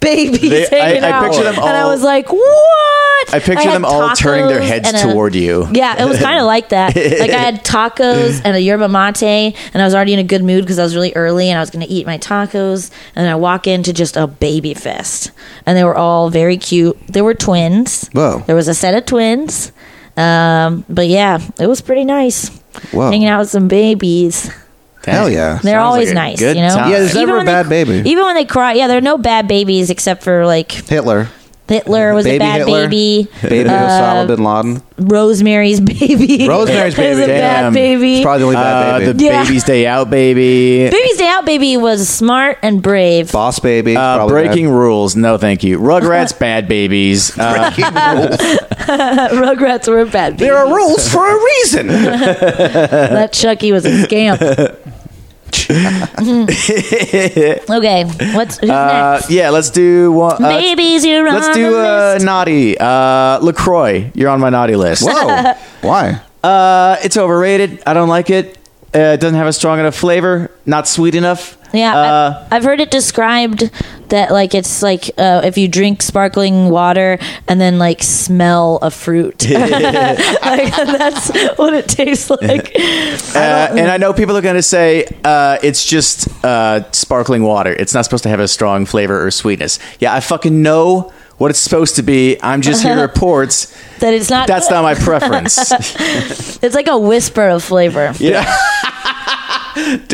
Speaker 4: babies
Speaker 3: They- I-
Speaker 4: hanging
Speaker 3: I
Speaker 4: out,
Speaker 3: picture them
Speaker 4: and I
Speaker 3: all-
Speaker 4: was like, "What?"
Speaker 3: I picture
Speaker 4: had
Speaker 3: them all turning their
Speaker 4: tacos
Speaker 3: heads
Speaker 4: and a-
Speaker 3: toward you.
Speaker 4: yeah, it was kind of like that. Like I had tacos and a yerba mate, and I was already in a good mood because I was really early and I was going to eat my tacos. And I walk into just a baby fest, and they were all very cute. There were twins.
Speaker 5: Whoa.
Speaker 4: There was a set of twins. Um, but yeah, it was pretty nice
Speaker 5: Whoa.
Speaker 4: hanging out with some babies.
Speaker 5: Hell yeah.
Speaker 4: They're
Speaker 3: Sounds
Speaker 4: always
Speaker 3: like a
Speaker 4: nice,
Speaker 3: good
Speaker 4: you know.
Speaker 3: time.
Speaker 5: Yeah, there's never a
Speaker 4: when they-
Speaker 5: bad baby.
Speaker 4: Even when they cry, yeah, there are no bad babies except for like
Speaker 5: Hitler.
Speaker 4: Hitler was
Speaker 5: Baby
Speaker 4: a bad
Speaker 5: Hitler.
Speaker 4: baby.
Speaker 5: Baby Osama bin Laden.
Speaker 4: Rosemary's baby.
Speaker 5: Rosemary's Baby.
Speaker 4: is a
Speaker 3: Damn.
Speaker 4: bad baby.
Speaker 5: It's probably the only
Speaker 3: Uh,
Speaker 5: bad baby.
Speaker 3: the
Speaker 4: Yeah.
Speaker 3: baby's day out, baby.
Speaker 4: Baby's Day Out Baby was smart and brave.
Speaker 5: Boss baby.
Speaker 3: Uh,
Speaker 5: probably
Speaker 3: breaking
Speaker 5: bad.
Speaker 3: rules. No, thank you. Rugrats, bad babies. Uh,
Speaker 4: Rugrats were a bad baby.
Speaker 5: There are rules for a reason.
Speaker 4: that Chucky was a scamp. okay, what's who's
Speaker 3: uh,
Speaker 4: next?
Speaker 3: yeah, let's do one. Uh,
Speaker 4: Babies, you're on
Speaker 3: let's do
Speaker 4: the
Speaker 3: uh,
Speaker 4: list.
Speaker 3: naughty. Uh, Lacroix, you're on my naughty list.
Speaker 5: Whoa. Why?
Speaker 3: Uh, it's overrated. I don't like it. Uh, it doesn't have a strong enough flavor. Not sweet enough.
Speaker 4: yeah,
Speaker 3: Uh,
Speaker 4: I've, I've heard it described that like it's like uh, if you drink sparkling water and then like smell a fruit. like, that's what it tastes like.
Speaker 3: Uh, and I know people are going to say uh, it's just uh, sparkling water. It's not supposed to have a strong flavor or sweetness. Yeah, I fucking know what it's supposed to be. I'm just here to report.
Speaker 4: That it's not.
Speaker 3: That's not my preference,
Speaker 4: It's like a whisper of flavor.
Speaker 5: Dude, I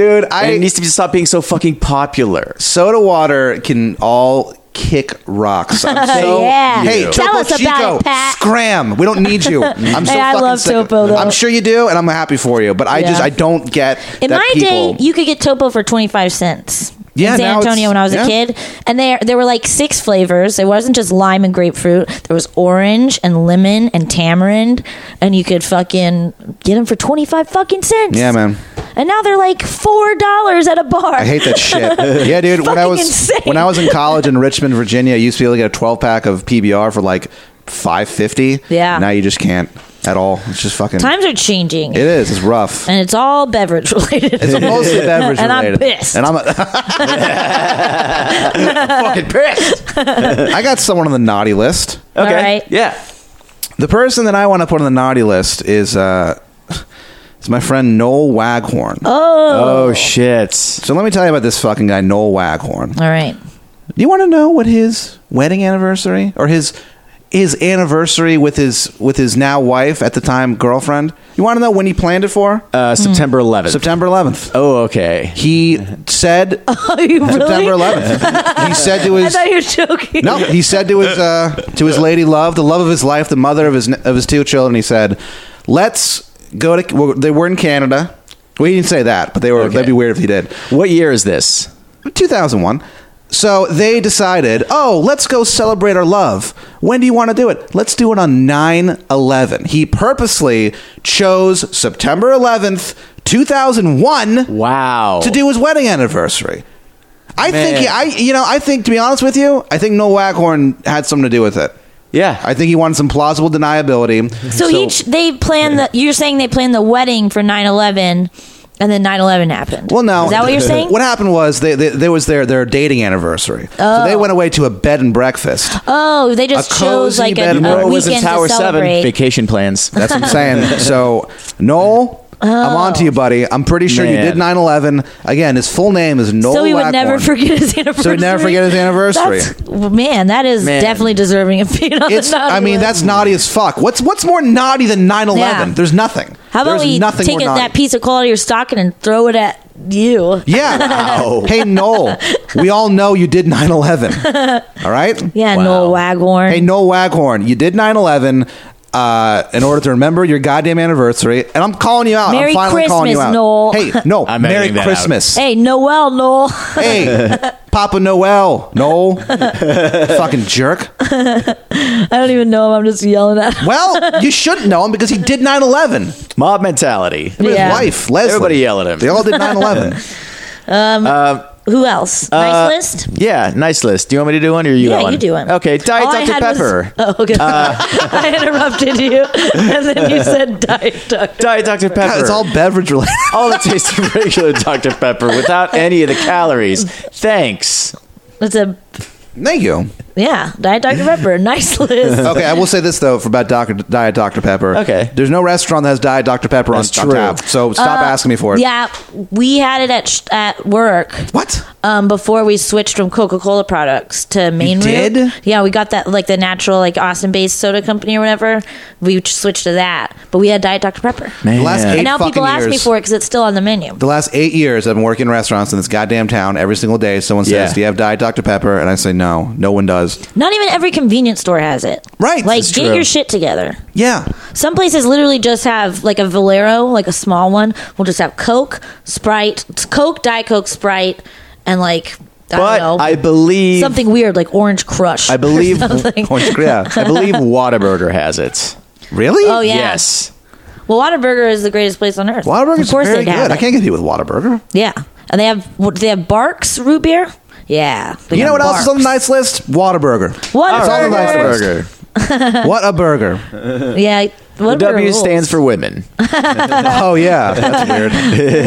Speaker 3: and it needs to be, stop being so fucking popular.
Speaker 5: soda water can all kick rocks. I'm so
Speaker 4: Yeah.
Speaker 5: Hey,
Speaker 4: Tell
Speaker 5: Topo
Speaker 4: us about
Speaker 5: Chico,
Speaker 4: it, Pat.
Speaker 5: scram. We don't need you. I'm so
Speaker 4: Hey, I
Speaker 5: fucking
Speaker 4: love
Speaker 5: sick of-
Speaker 4: Topo, though.
Speaker 5: I'm sure you do, and I'm happy for you. But I just
Speaker 4: Yeah.
Speaker 5: I don't get
Speaker 4: In
Speaker 5: that
Speaker 4: my
Speaker 5: people.
Speaker 4: day, you could get topo for twenty five cents.
Speaker 5: Yeah,
Speaker 4: in San
Speaker 5: now it's-
Speaker 4: Antonio when I was
Speaker 5: yeah.
Speaker 4: a kid, and there there were like six flavors. It wasn't just lime and grapefruit. There was orange and lemon and tamarind, and you could fucking get them for twenty five fucking cents.
Speaker 5: yeah, man.
Speaker 4: And now they're like four dollars at a bar.
Speaker 5: I hate that shit. Yeah, dude. when I
Speaker 4: Fucking
Speaker 5: was
Speaker 4: insane.
Speaker 5: when I was in college in Richmond, Virginia, I used to be able to get a 12 pack of PBR for like 550.
Speaker 4: Yeah.
Speaker 5: Now you just can't. at all. It's just fucking.
Speaker 4: Times are changing,
Speaker 5: it is. It's rough.
Speaker 4: and it's all beverage related.
Speaker 5: It's mostly beverage
Speaker 4: and I'm
Speaker 5: related.
Speaker 4: pissed.
Speaker 5: And I'm a,
Speaker 3: fucking pissed.
Speaker 5: I got someone on the naughty list.
Speaker 3: Okay.
Speaker 4: All right.
Speaker 3: Yeah.
Speaker 5: The person that I want to put on the naughty list is uh, is my friend Noel Waghorn.
Speaker 3: Oh shit.
Speaker 5: So let me tell you about this fucking guy, Noel Waghorn.
Speaker 4: All right.
Speaker 5: Do you want to know what his wedding anniversary or his his anniversary with his with his now wife at the time girlfriend? You want to know when he planned it for?
Speaker 3: Uh,
Speaker 4: Hmm.
Speaker 3: September 11th.
Speaker 5: September 11th.
Speaker 3: Oh, okay.
Speaker 5: He said
Speaker 4: Oh, you really?
Speaker 5: September 11th. he said to
Speaker 4: I
Speaker 5: his
Speaker 4: thought you were joking.
Speaker 5: No, he said to his uh, to his lady love, the love of his life, the mother of his of his two children. He said, "Let's go to." Well, they were in Canada. Well, he didn't say that, but they were.
Speaker 3: Okay.
Speaker 5: That'd be weird if he did.
Speaker 3: What year is this?
Speaker 5: 2001. So they decided, oh, let's go celebrate our love. When do you want to do it? Let's do it on 9 11. He purposely chose September 11th, 2001
Speaker 3: Wow.
Speaker 5: to do his wedding anniversary. I
Speaker 3: Oh. Man.
Speaker 5: think, I, you know, I think, to be honest with you, I think Noel Waghorn had something to do with it.
Speaker 3: Yeah.
Speaker 5: I think he wanted some plausible deniability.
Speaker 4: So, he ch- they planned the. You're saying they planned the wedding for 9/11, and then 9/11 happened.
Speaker 5: Well, no.
Speaker 4: Is that what you're saying?
Speaker 5: What happened was they, they, there was their, their dating anniversary. So they went away to a bed and breakfast.
Speaker 4: oh, they just
Speaker 5: A
Speaker 4: chose
Speaker 5: cozy
Speaker 4: like a,
Speaker 5: bed and
Speaker 4: a
Speaker 5: breakfast.
Speaker 3: it
Speaker 4: weekend
Speaker 3: was in Tower
Speaker 4: to
Speaker 3: 7
Speaker 4: celebrate.
Speaker 3: vacation plans.
Speaker 5: That's what I'm saying. so, Noel, I'm on
Speaker 4: Oh.
Speaker 5: to you, buddy. I'm pretty sure you
Speaker 3: Man.
Speaker 5: did 9 11. Again, his full name is Noel
Speaker 4: so he would
Speaker 5: Waghorn.
Speaker 4: never forget his anniversary.
Speaker 5: So he'd never forget his anniversary.
Speaker 4: That's- man, that is
Speaker 3: Man.
Speaker 4: definitely deserving of being on
Speaker 5: It's,
Speaker 4: the naughty
Speaker 5: I mean,
Speaker 4: list.
Speaker 5: that's naughty as fuck. What's what's more naughty than 9 11?
Speaker 4: Yeah.
Speaker 5: There's nothing.
Speaker 4: How about
Speaker 5: There's
Speaker 4: we
Speaker 5: nothing
Speaker 4: take
Speaker 5: more
Speaker 4: it-
Speaker 5: naughty.
Speaker 4: that piece of coal out of your stocking and throw it at you?
Speaker 5: Yeah. Hey, Noel, we all know you did 9 11. All right?
Speaker 4: Yeah, Noel Waghorn.
Speaker 5: Hey, Noel Waghorn, you did 9 11 uh, in order to remember your goddamn anniversary. And I'm calling you out.
Speaker 4: Merry
Speaker 5: I'm finally calling you
Speaker 4: Christmas,
Speaker 5: out.
Speaker 4: Noel.
Speaker 5: Hey, no,
Speaker 3: I'm
Speaker 5: Merry
Speaker 3: editing that out.
Speaker 5: Christmas.
Speaker 4: Hey, Noel, Noel.
Speaker 5: Hey, Papa Noel. Noel. Fucking jerk.
Speaker 4: I don't even know him. I'm just yelling at him.
Speaker 5: Well, you should know him because he did 9 11.
Speaker 3: Mob mentality.
Speaker 5: His
Speaker 4: Yeah.
Speaker 5: wife, Leslie.
Speaker 3: Everybody yell at him.
Speaker 5: They all did 9 11.
Speaker 4: Who else?
Speaker 3: Uh,
Speaker 4: nice list.
Speaker 3: Yeah, nice list. Do you want me to do one or you
Speaker 4: Yeah,
Speaker 3: go on?
Speaker 4: you do it.
Speaker 3: Okay, Diet
Speaker 4: All I
Speaker 3: Dr.
Speaker 4: had was-
Speaker 3: Pepper.
Speaker 4: oh, okay.
Speaker 5: Uh,
Speaker 4: I interrupted you, and then you said Diet Dr.
Speaker 3: Diet Dr. Pepper.
Speaker 5: It's all beverage related.
Speaker 3: all the taste of regular Dr. Pepper without any of the calories. Thanks.
Speaker 4: It's a
Speaker 5: Thank you.
Speaker 4: yeah, Diet Dr. Pepper. Nice list.
Speaker 5: Okay, I will say this though for about Doc, Diet Dr Pepper.
Speaker 3: Okay.
Speaker 5: there's no restaurant that has Diet Dr Pepper on,
Speaker 3: That's
Speaker 5: on
Speaker 3: true.
Speaker 5: tap, so stop asking me for it.
Speaker 4: Uh, Yeah, we had it at sh- at work
Speaker 5: What?
Speaker 4: um, before we switched from Coca Cola products to Main Root.
Speaker 5: did?
Speaker 4: Yeah, we got that like the natural like Austin based soda company or whatever. We ch- switched to that, but we had Diet Dr. Pepper.
Speaker 5: The last eight
Speaker 4: And now
Speaker 5: fucking
Speaker 4: people ask
Speaker 5: years.
Speaker 4: me for it because it's still on the menu.
Speaker 5: The last eight years, I've been working in restaurants in this goddamn town. Every single day, someone says,
Speaker 3: Yeah.
Speaker 5: "Do you have Diet Dr Pepper?" And I say, "No, no one does."
Speaker 4: Not even every convenience store has it.
Speaker 5: Right,
Speaker 4: Like,
Speaker 5: that's
Speaker 4: get
Speaker 5: true.
Speaker 4: your shit together.
Speaker 5: Yeah,
Speaker 4: Some places literally just have like a Valero, like a small one. We'll just have Coke, Sprite, Coke, Diet Coke, Sprite, and like I
Speaker 3: But
Speaker 4: don't know
Speaker 3: I believe
Speaker 4: something weird like Orange Crush.
Speaker 3: I believe
Speaker 5: Orange yeah.
Speaker 3: I believe Whataburger has it.
Speaker 5: Really?
Speaker 4: oh yeah.
Speaker 3: Yes.
Speaker 4: Well, Whataburger is the greatest place on earth.
Speaker 5: Whataburger's
Speaker 4: of course
Speaker 5: very
Speaker 4: they'd have
Speaker 5: good. I
Speaker 4: it.
Speaker 5: can't get you with Whataburger.
Speaker 4: Yeah, and they have what, do they have Barks root beer. Yeah. they
Speaker 5: You know
Speaker 4: have
Speaker 5: what else is on the
Speaker 4: Barks.
Speaker 5: nice list? Whataburger.
Speaker 4: What
Speaker 5: It's on the
Speaker 4: burger?
Speaker 5: nice list. What a burger!
Speaker 4: Yeah. What
Speaker 3: W stands for women. Uh,
Speaker 5: Oh yeah, that's weird.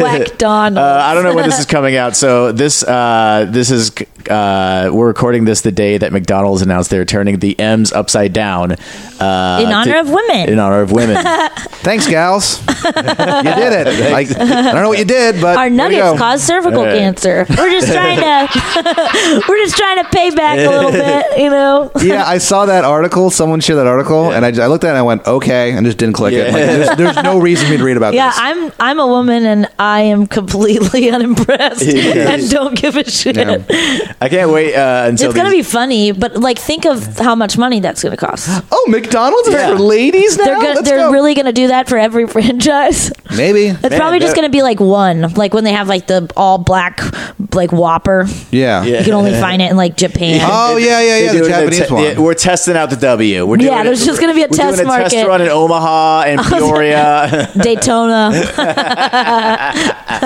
Speaker 4: Whack Donald.
Speaker 3: I don't Uh, know when this is coming out. So this uh, this is uh, we're recording this the day that McDonald's announced they're turning the M's upside down uh,
Speaker 4: In honor
Speaker 3: to-
Speaker 4: of women.
Speaker 3: In honor of women.
Speaker 5: Thanks, gals. You did it. Like, I don't know what you did, but
Speaker 4: Our
Speaker 5: there we
Speaker 4: nuggets
Speaker 5: go.
Speaker 4: cause cervical
Speaker 3: Hey.
Speaker 4: cancer. We're just trying to we're just trying to pay back a little bit, you know.
Speaker 5: yeah, I saw that article. Someone shared that article, and I, I looked at it and I went, okay, and just didn't click it. Like, there's, there's no reason for me to read about
Speaker 4: Yeah,
Speaker 5: this.
Speaker 4: I'm I'm a woman and I am completely unimpressed and don't give a shit.
Speaker 5: Yeah.
Speaker 3: I can't wait uh, until
Speaker 4: It's gonna be
Speaker 3: these-
Speaker 4: funny, but like think of how much money that's gonna cost.
Speaker 5: oh, McDonald's is
Speaker 3: Yeah.
Speaker 5: for ladies now?
Speaker 4: They're gonna,
Speaker 5: Let's
Speaker 4: they're
Speaker 5: go.
Speaker 4: really gonna do that for every franchise.
Speaker 5: Maybe.
Speaker 4: It's
Speaker 3: Man,
Speaker 4: probably just
Speaker 3: they're-
Speaker 4: gonna be like one, like when they have like the all black like Whopper.
Speaker 5: Yeah.
Speaker 4: You can only find it in like Japan.
Speaker 5: Oh, yeah, yeah,
Speaker 3: They
Speaker 5: yeah,
Speaker 3: do it in
Speaker 5: the
Speaker 3: a
Speaker 5: Japanese
Speaker 3: te-
Speaker 5: one.
Speaker 3: yeah, we're testing out the W. We're doing
Speaker 4: Yeah,
Speaker 3: it-
Speaker 4: there's just gonna be a
Speaker 3: we're doing
Speaker 4: test
Speaker 3: test
Speaker 4: market.
Speaker 3: run in Omaha and Peoria.
Speaker 4: Daytona. I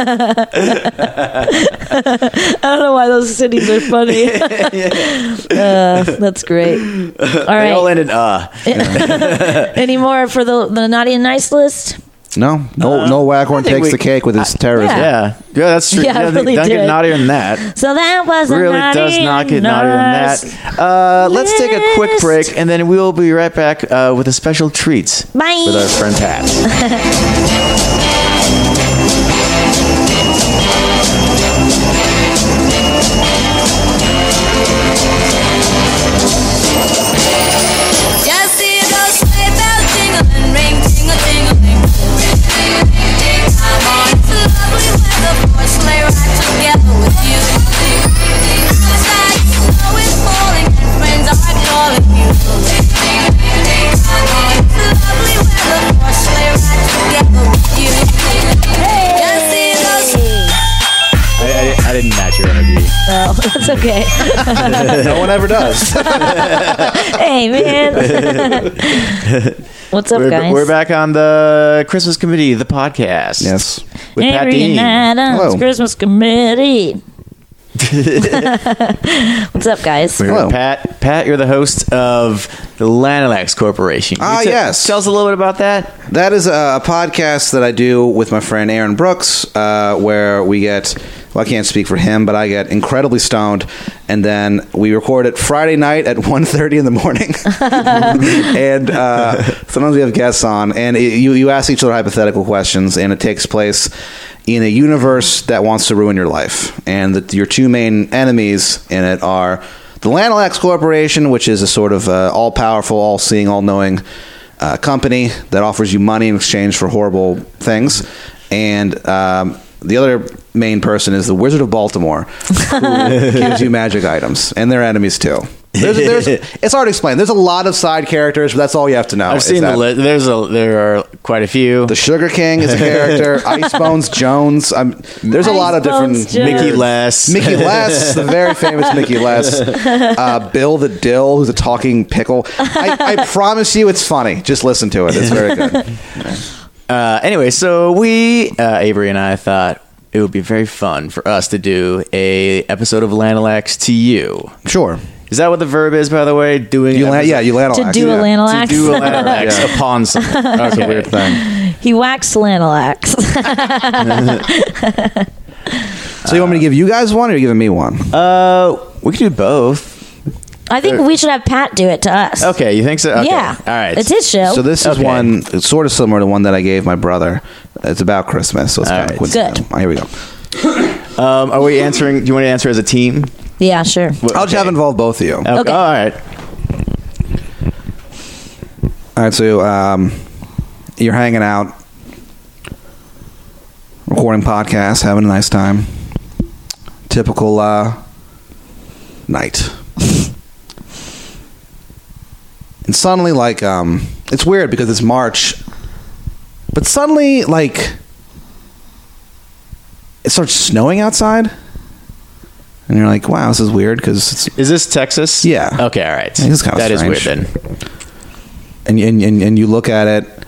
Speaker 4: don't know why those cities are funny. uh, that's great. All
Speaker 3: they all
Speaker 4: right.
Speaker 3: ended uh.
Speaker 4: Any more for the, the naughty and nice list?
Speaker 5: No, no, no. Waghorn
Speaker 3: think
Speaker 5: takes
Speaker 3: we-
Speaker 5: the cake with his terrorism.
Speaker 4: Yeah.
Speaker 3: Yeah, yeah, that's true.
Speaker 4: Yeah, I
Speaker 3: Yeah,
Speaker 4: really
Speaker 3: don't
Speaker 4: did.
Speaker 3: get naughtier than that.
Speaker 4: So that was a
Speaker 3: really
Speaker 4: naughty
Speaker 3: does not get
Speaker 4: and
Speaker 3: naughtier than
Speaker 4: nice.
Speaker 3: that. Uh, let's take a quick
Speaker 4: list.
Speaker 3: break, and then we'll be right back uh, with a special treat
Speaker 4: Bye.
Speaker 3: with our friend Pat.
Speaker 1: Just hear those sleigh bells jingle and ring, tingle, tingle, ring, ring, ring, ring, ding. I'm on to lovely weather for a sleigh ride together with you. Ding, ding, ding. Outside snow is falling and friends are calling you. Ding, ding, ding, ding. I'm on to lovely weather for a sleigh ride together with you. Hey. Just hear those
Speaker 3: I, I, I didn't match your energy.
Speaker 4: Oh, that's okay.
Speaker 5: No one ever does.
Speaker 4: hey, man. What's up,
Speaker 3: We're,
Speaker 4: guys?
Speaker 3: we're back on the Christmas committee, the podcast.
Speaker 5: yes.
Speaker 3: with Pat
Speaker 4: Every
Speaker 3: Dean.
Speaker 4: night on
Speaker 5: Hello.
Speaker 4: Christmas committee. What's up, guys?
Speaker 3: We're-
Speaker 5: Hello.
Speaker 3: Pat. Pat, you're the host of the Lanalax Corporation. Can you
Speaker 5: Ah,
Speaker 3: te-
Speaker 5: yes. Oh,
Speaker 3: Tell us a little bit about that.
Speaker 5: That is a podcast that I do with my friend Aaron Brooks, uh, where we get. Well, I can't speak for him, but I get incredibly stoned, and then we record it Friday night at 1.30 in the morning. and uh, sometimes we have guests on, and it, you you ask each other hypothetical questions, and it takes place in a universe that wants to ruin your life, and that your two main enemies in it are the Lanalax Corporation, which is a sort of uh, all powerful, all seeing, all knowing uh, company that offers you money in exchange for horrible things, and um, the other main person is the Wizard of Baltimore, who gives you magic items, and their enemies too. There's, there's, it's hard to explain. There's a lot of side characters, but that's all you have to know.
Speaker 3: I've
Speaker 5: is
Speaker 3: seen the
Speaker 5: that
Speaker 3: list. There's a there are quite a few.
Speaker 5: The Sugar King is a character. Ice Bones Jones. i there's a lot of
Speaker 4: Ice Bones
Speaker 5: different.
Speaker 4: Jones.
Speaker 3: Mickey Less.
Speaker 5: Mickey Less, the very famous Mickey Less, uh, Bill the Dill, who's a talking pickle. I, I promise you, it's funny. Just listen to it; it's very good.
Speaker 3: Uh, anyway, so we uh, Avery and I thought it would be very fun for us to do a episode of Lanalax to you.
Speaker 5: Sure,
Speaker 3: Is that what the verb is, by the way? Doing
Speaker 5: you
Speaker 3: an
Speaker 5: land, yeah,
Speaker 3: episode-
Speaker 5: you land on
Speaker 4: To do a
Speaker 5: yeah.
Speaker 3: to
Speaker 4: Lanalax.
Speaker 3: do a Lanalax
Speaker 5: Yeah.
Speaker 3: upon something. That's a weird
Speaker 5: thing.
Speaker 4: he waxed Lanalax.
Speaker 5: So you want me to give you guys one, or you giving me one?
Speaker 3: Uh, we could do both.
Speaker 4: I think we should have Pat do it to us.
Speaker 3: Okay, you think so? Okay.
Speaker 4: Yeah.
Speaker 3: All right.
Speaker 4: It's his show.
Speaker 5: So this is
Speaker 3: Okay.
Speaker 5: one it's sort of similar to one that I gave my brother. It's about Christmas, so it's
Speaker 3: All
Speaker 5: kind
Speaker 3: right.
Speaker 5: of coincidental.
Speaker 4: Good.
Speaker 5: Oh, Here we go.
Speaker 3: Um, are we answering? Do you want to answer as a team?
Speaker 4: yeah, sure.
Speaker 5: I'll just have involved both of you.
Speaker 4: Okay.
Speaker 3: All right.
Speaker 5: All right, so um, you're hanging out, recording podcasts, having a nice time. Typical uh, night. and suddenly, like, um, it's weird because it's March, but suddenly, like, it starts snowing outside. And you're like, wow, this is weird because it's
Speaker 3: Is this Texas?
Speaker 5: Yeah.
Speaker 3: Okay. All right.
Speaker 5: It is kinda
Speaker 3: That is
Speaker 5: strange.
Speaker 3: weird then.
Speaker 5: and and, and and you look at it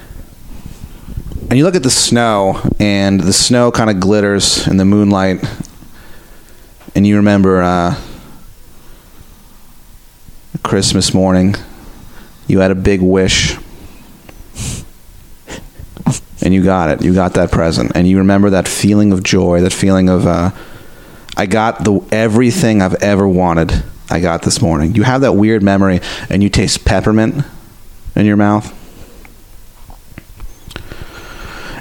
Speaker 5: and you look at the snow and the snow kind of glitters in the moonlight and you remember uh, christmas morning you had a big wish and you got it you got that present and you remember that feeling of joy that feeling of uh, i got the everything i've ever wanted i got this morning you have that weird memory and you taste peppermint in your mouth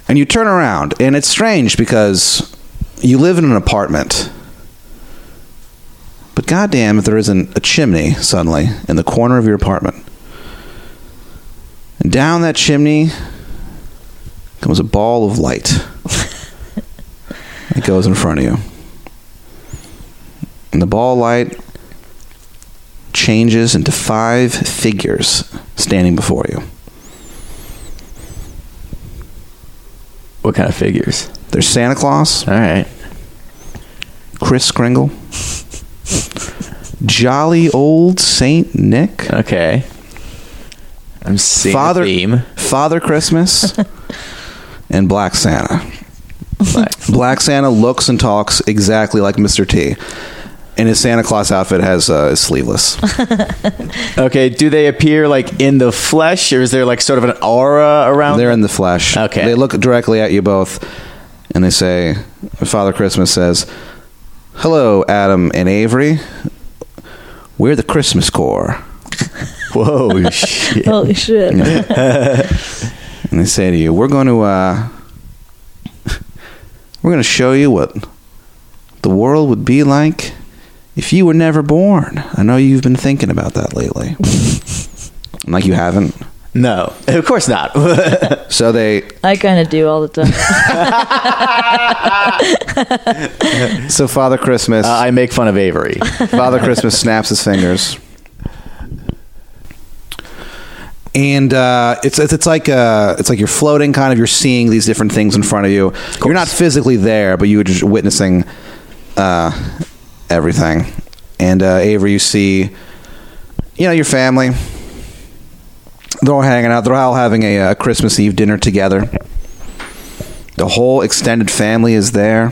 Speaker 5: and you turn around and it's strange because you live in an apartment but goddamn if there isn't a chimney suddenly in the corner of your apartment and down that chimney comes a ball of light it goes in front of you and the ball light changes into five figures standing before you
Speaker 3: What kind of figures?
Speaker 5: there's santa claus
Speaker 3: All right.
Speaker 5: Chris Kringle. Jolly old Saint Nick.
Speaker 3: Okay. I'm seeing
Speaker 5: Father
Speaker 3: a theme.
Speaker 5: Father Christmas and Black Santa.
Speaker 3: Black.
Speaker 5: Black Santa looks and talks exactly like Mr. T. And his Santa Claus outfit has uh, is sleeveless.
Speaker 3: Okay, do they appear like in the flesh, or is there like sort of an aura around?
Speaker 5: They're in the flesh.
Speaker 3: Okay.
Speaker 5: They look directly at you both, and they say, Father Christmas says, Hello, Adam and Avery. We're the Christmas Corps.
Speaker 3: Whoa, shit.
Speaker 4: Holy shit.
Speaker 5: And they say to you, We're going to, uh, we're going to show you what the world would be like if you were never born. I know you've been thinking about that lately. like you haven't.
Speaker 3: no, of course not. Uh,
Speaker 5: So they
Speaker 4: I kind of do all the time.
Speaker 5: So Father Christmas,
Speaker 3: Uh, I make fun of Avery.
Speaker 5: Father Christmas snaps his fingers, and uh, it's, it's it's like uh, it's like you're floating, kind of. You're seeing these different things in front of you. You're not physically there, but you're just witnessing uh, everything. And uh, Avery, you see, you know, your family. They're all hanging out. They're all having a, a Christmas Eve dinner together. The whole extended family is there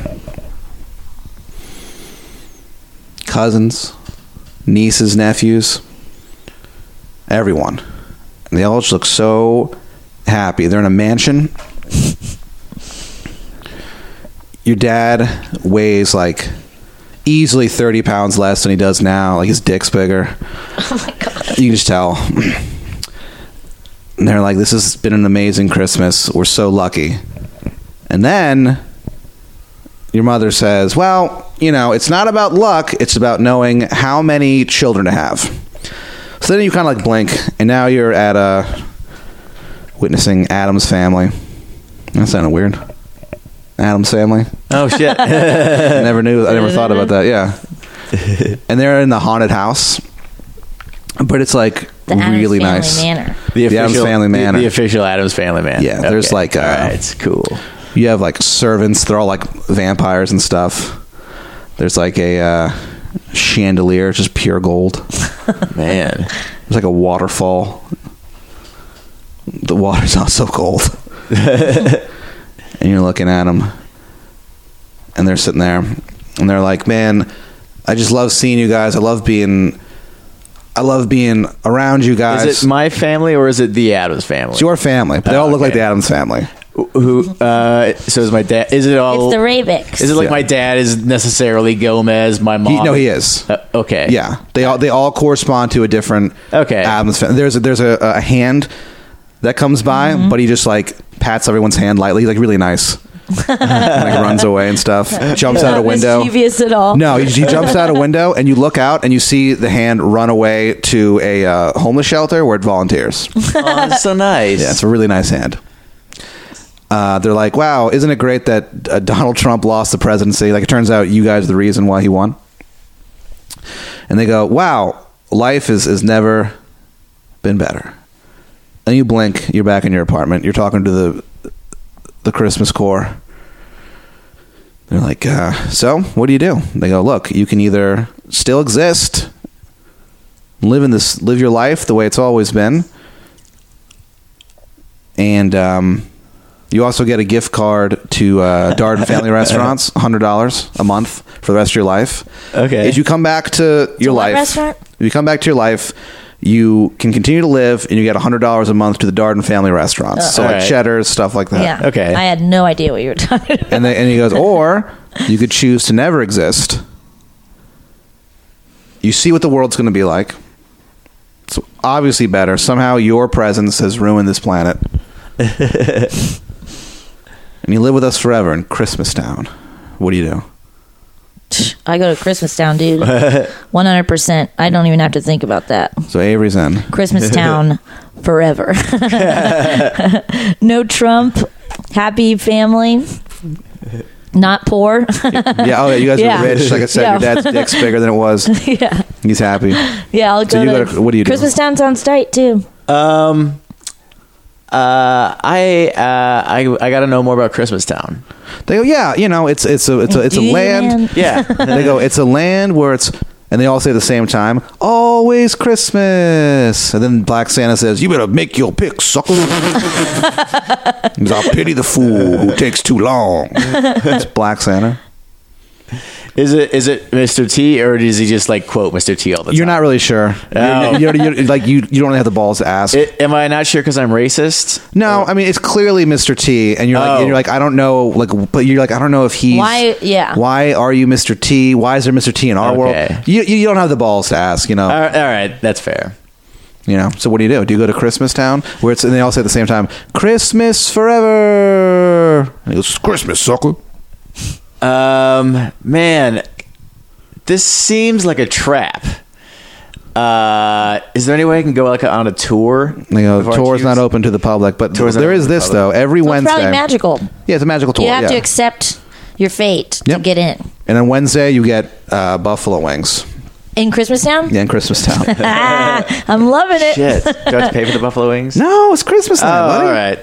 Speaker 5: cousins, nieces, nephews, everyone. And they all just look so happy. They're in a mansion. Your dad weighs like easily 30 pounds less than he does now. Like his dick's bigger. You can just tell. And they're like, this has been an amazing Christmas. We're so lucky. And then your mother says, Well, you know, it's not about luck, it's about knowing how many children to have. So then you kind of like blink, and now you're at uh, witnessing Adam's family. That sounded weird. Adam's family.
Speaker 3: Oh shit!
Speaker 5: I never knew, I never thought about that, yeah. and they're in the haunted house, but it's like
Speaker 4: The Adams Family
Speaker 5: really nice.
Speaker 4: Manor.
Speaker 5: The Addams Family
Speaker 3: the-
Speaker 5: Manor.
Speaker 3: The, official Adams Family Man.
Speaker 5: Yeah, there's like, uh,
Speaker 3: all right, it's cool.
Speaker 5: you have like servants they're all like vampires and stuff there's like a uh, chandelier it's just pure gold there's
Speaker 3: Man,
Speaker 5: like a waterfall the water's also cold and you're looking at them and they're sitting there and they're like man i just love seeing you guys i love being i love being around you guys
Speaker 3: is it my family or is it the Adams family?
Speaker 5: it's your family but they all look
Speaker 3: okay.
Speaker 5: like the adams family
Speaker 3: Who? Uh, so is my dad? Is it all?
Speaker 4: It's the Ravix.
Speaker 3: Oh, Is it like
Speaker 5: Yeah.
Speaker 3: my dad is necessarily Gomez? My mom?
Speaker 5: He- no, he is.
Speaker 3: Uh, okay.
Speaker 5: Yeah, they all they all correspond to a different
Speaker 3: Okay.
Speaker 5: Adam's family. There's a, there's a, a hand that comes by, but he just like pats everyone's hand lightly, like really nice, and, like runs away and stuff. Jumps out a
Speaker 4: Not
Speaker 5: window.
Speaker 4: mischievous at all.
Speaker 5: No, he, he jumps out a window, and you look out, and you see the hand run away to a uh, homeless shelter where it volunteers.
Speaker 3: Oh, that's so nice.
Speaker 5: Yeah, it's a really nice hand. Uh, they're like, wow, isn't it great that uh, Donald Trump lost the presidency? Like, it turns out you guys are the reason why he won. And they go, wow, life is is never been better. And you blink, you're back in your apartment. You're talking to the the Christmas Corps. They're like, uh, so what do you do? They go, look, you can either still exist, live in this, live your life the way it's always been, and um, you also get a gift card to uh, Darden Family Restaurants, hundred dollars a month for the rest of your life.
Speaker 3: Okay.
Speaker 5: As you come back to your
Speaker 4: what
Speaker 5: life,
Speaker 4: restaurant?
Speaker 5: if you come back to your life, you can continue to live, and you get hundred dollars a month to the Darden Family Restaurants, so like
Speaker 3: Uh, Alright.
Speaker 5: Cheddar's stuff like that.
Speaker 4: Yeah.
Speaker 3: Okay.
Speaker 4: I had no idea what you were talking about.
Speaker 5: Uh, And, they, and he goes, or you could choose to never exist. You see what the world's going to be like. It's obviously better. Somehow your presence has ruined this planet. and you live with us forever in Christmas Town. What do you do?
Speaker 4: I go to Christmas Town, dude. 100%. I don't even have to think about that.
Speaker 5: So Avery's in.
Speaker 4: Christmas Town forever. no Trump, happy family, not poor.
Speaker 5: Yeah, oh, yeah, you guys
Speaker 4: Yeah.
Speaker 5: are rich. Like I said, your
Speaker 4: Yeah.
Speaker 5: dad's dick's bigger than it was.
Speaker 4: yeah.
Speaker 5: He's happy.
Speaker 4: Yeah, I'll go
Speaker 5: So you
Speaker 4: to,
Speaker 5: go to- what do you do?
Speaker 4: Christmas Town sounds tight, too.
Speaker 3: Um. Uh, I uh, I I gotta know more about Christmas Town.
Speaker 5: They go, yeah, you know, it's it's a it's a it's a
Speaker 4: Do you,
Speaker 5: land.
Speaker 4: man?
Speaker 3: Yeah.
Speaker 5: they go, it's a land where it's And they all say at the same time, always Christmas. And then Black Santa says, You better make your pick, sucker. Because I'll pity the fool who takes too long. it's Black Santa.
Speaker 3: Is it is it Mr. T or does he just like quote Mr. T all the
Speaker 5: You're
Speaker 3: time?
Speaker 5: not really sure.
Speaker 3: Oh.
Speaker 5: You're, you're- you're- like, you, you don't have the balls to ask.
Speaker 3: It- am I not sure because I'm racist?
Speaker 5: no, I mean, it's clearly Mr. T. And you're, like,
Speaker 3: Oh.
Speaker 5: and you're like, I don't know. Like, But you're like, I don't know if he's.
Speaker 4: Why- yeah.
Speaker 5: Why are you Mr. T? Why is there Mr. T in our
Speaker 3: Okay.
Speaker 5: world? You, you don't have the balls to ask, you know?
Speaker 3: Uh, All right, all right, that's fair.
Speaker 5: You know, so what do you do? Do you go to Christmas Town where it's and they all say at the same time, "Christmas forever"? And he goes, "Christmas, sucker."
Speaker 3: Um, man, this seems like a trap. Uh, is there any way I can go like on a tour?
Speaker 5: And they go,
Speaker 3: Before I
Speaker 5: "Tour's not
Speaker 3: choose-
Speaker 5: open to the public, but
Speaker 3: Tour's not
Speaker 5: there
Speaker 3: open
Speaker 5: is
Speaker 3: to the
Speaker 5: this
Speaker 3: public.
Speaker 5: though. Every
Speaker 4: So it's
Speaker 5: Wednesday,
Speaker 4: probably magical.
Speaker 5: yeah, it's a magical tour.
Speaker 4: You have
Speaker 5: yeah.
Speaker 4: to accept your fate
Speaker 5: Yep.
Speaker 4: to get in.
Speaker 5: and on Wednesday, you get uh, buffalo wings.
Speaker 4: In Christmastown?
Speaker 5: Yeah, in Christmas Town.
Speaker 4: Ah, I'm loving it.
Speaker 3: Shit, do I have to pay for the buffalo wings?
Speaker 5: no, it's Christmas
Speaker 3: Oh,
Speaker 5: time. buddy.
Speaker 3: all right.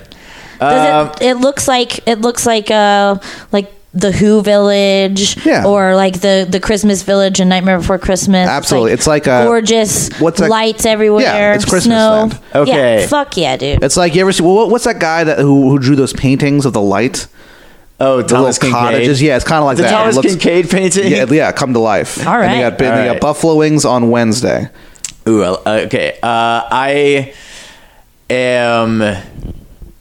Speaker 4: Does
Speaker 3: Um,
Speaker 4: it, it looks like it looks like uh like the Who Village
Speaker 5: Yeah.
Speaker 4: or like the the Christmas Village and Nightmare Before Christmas.
Speaker 5: Absolutely. It's like, uh,
Speaker 4: gorgeous
Speaker 5: what's that-
Speaker 4: lights everywhere.
Speaker 5: Yeah, it's Christmas
Speaker 4: snow.
Speaker 5: land.
Speaker 3: Okay.
Speaker 4: Yeah, fuck yeah, dude.
Speaker 5: It's like you ever see well, what- what's that guy that who, who drew those paintings of the light,
Speaker 3: Oh,
Speaker 5: the
Speaker 3: Thomas
Speaker 5: little
Speaker 3: Kincaid.
Speaker 5: cottages? Yeah, it's kind of like
Speaker 3: the
Speaker 5: that. It
Speaker 3: Thomas
Speaker 5: looks-
Speaker 3: Kincaid painting.
Speaker 5: Yeah, yeah, come to life.
Speaker 4: All
Speaker 5: And they
Speaker 4: right.
Speaker 5: got, and
Speaker 3: All
Speaker 5: they got
Speaker 3: right.
Speaker 5: buffalo wings on Wednesday.
Speaker 3: Ooh, uh, okay. Uh, I am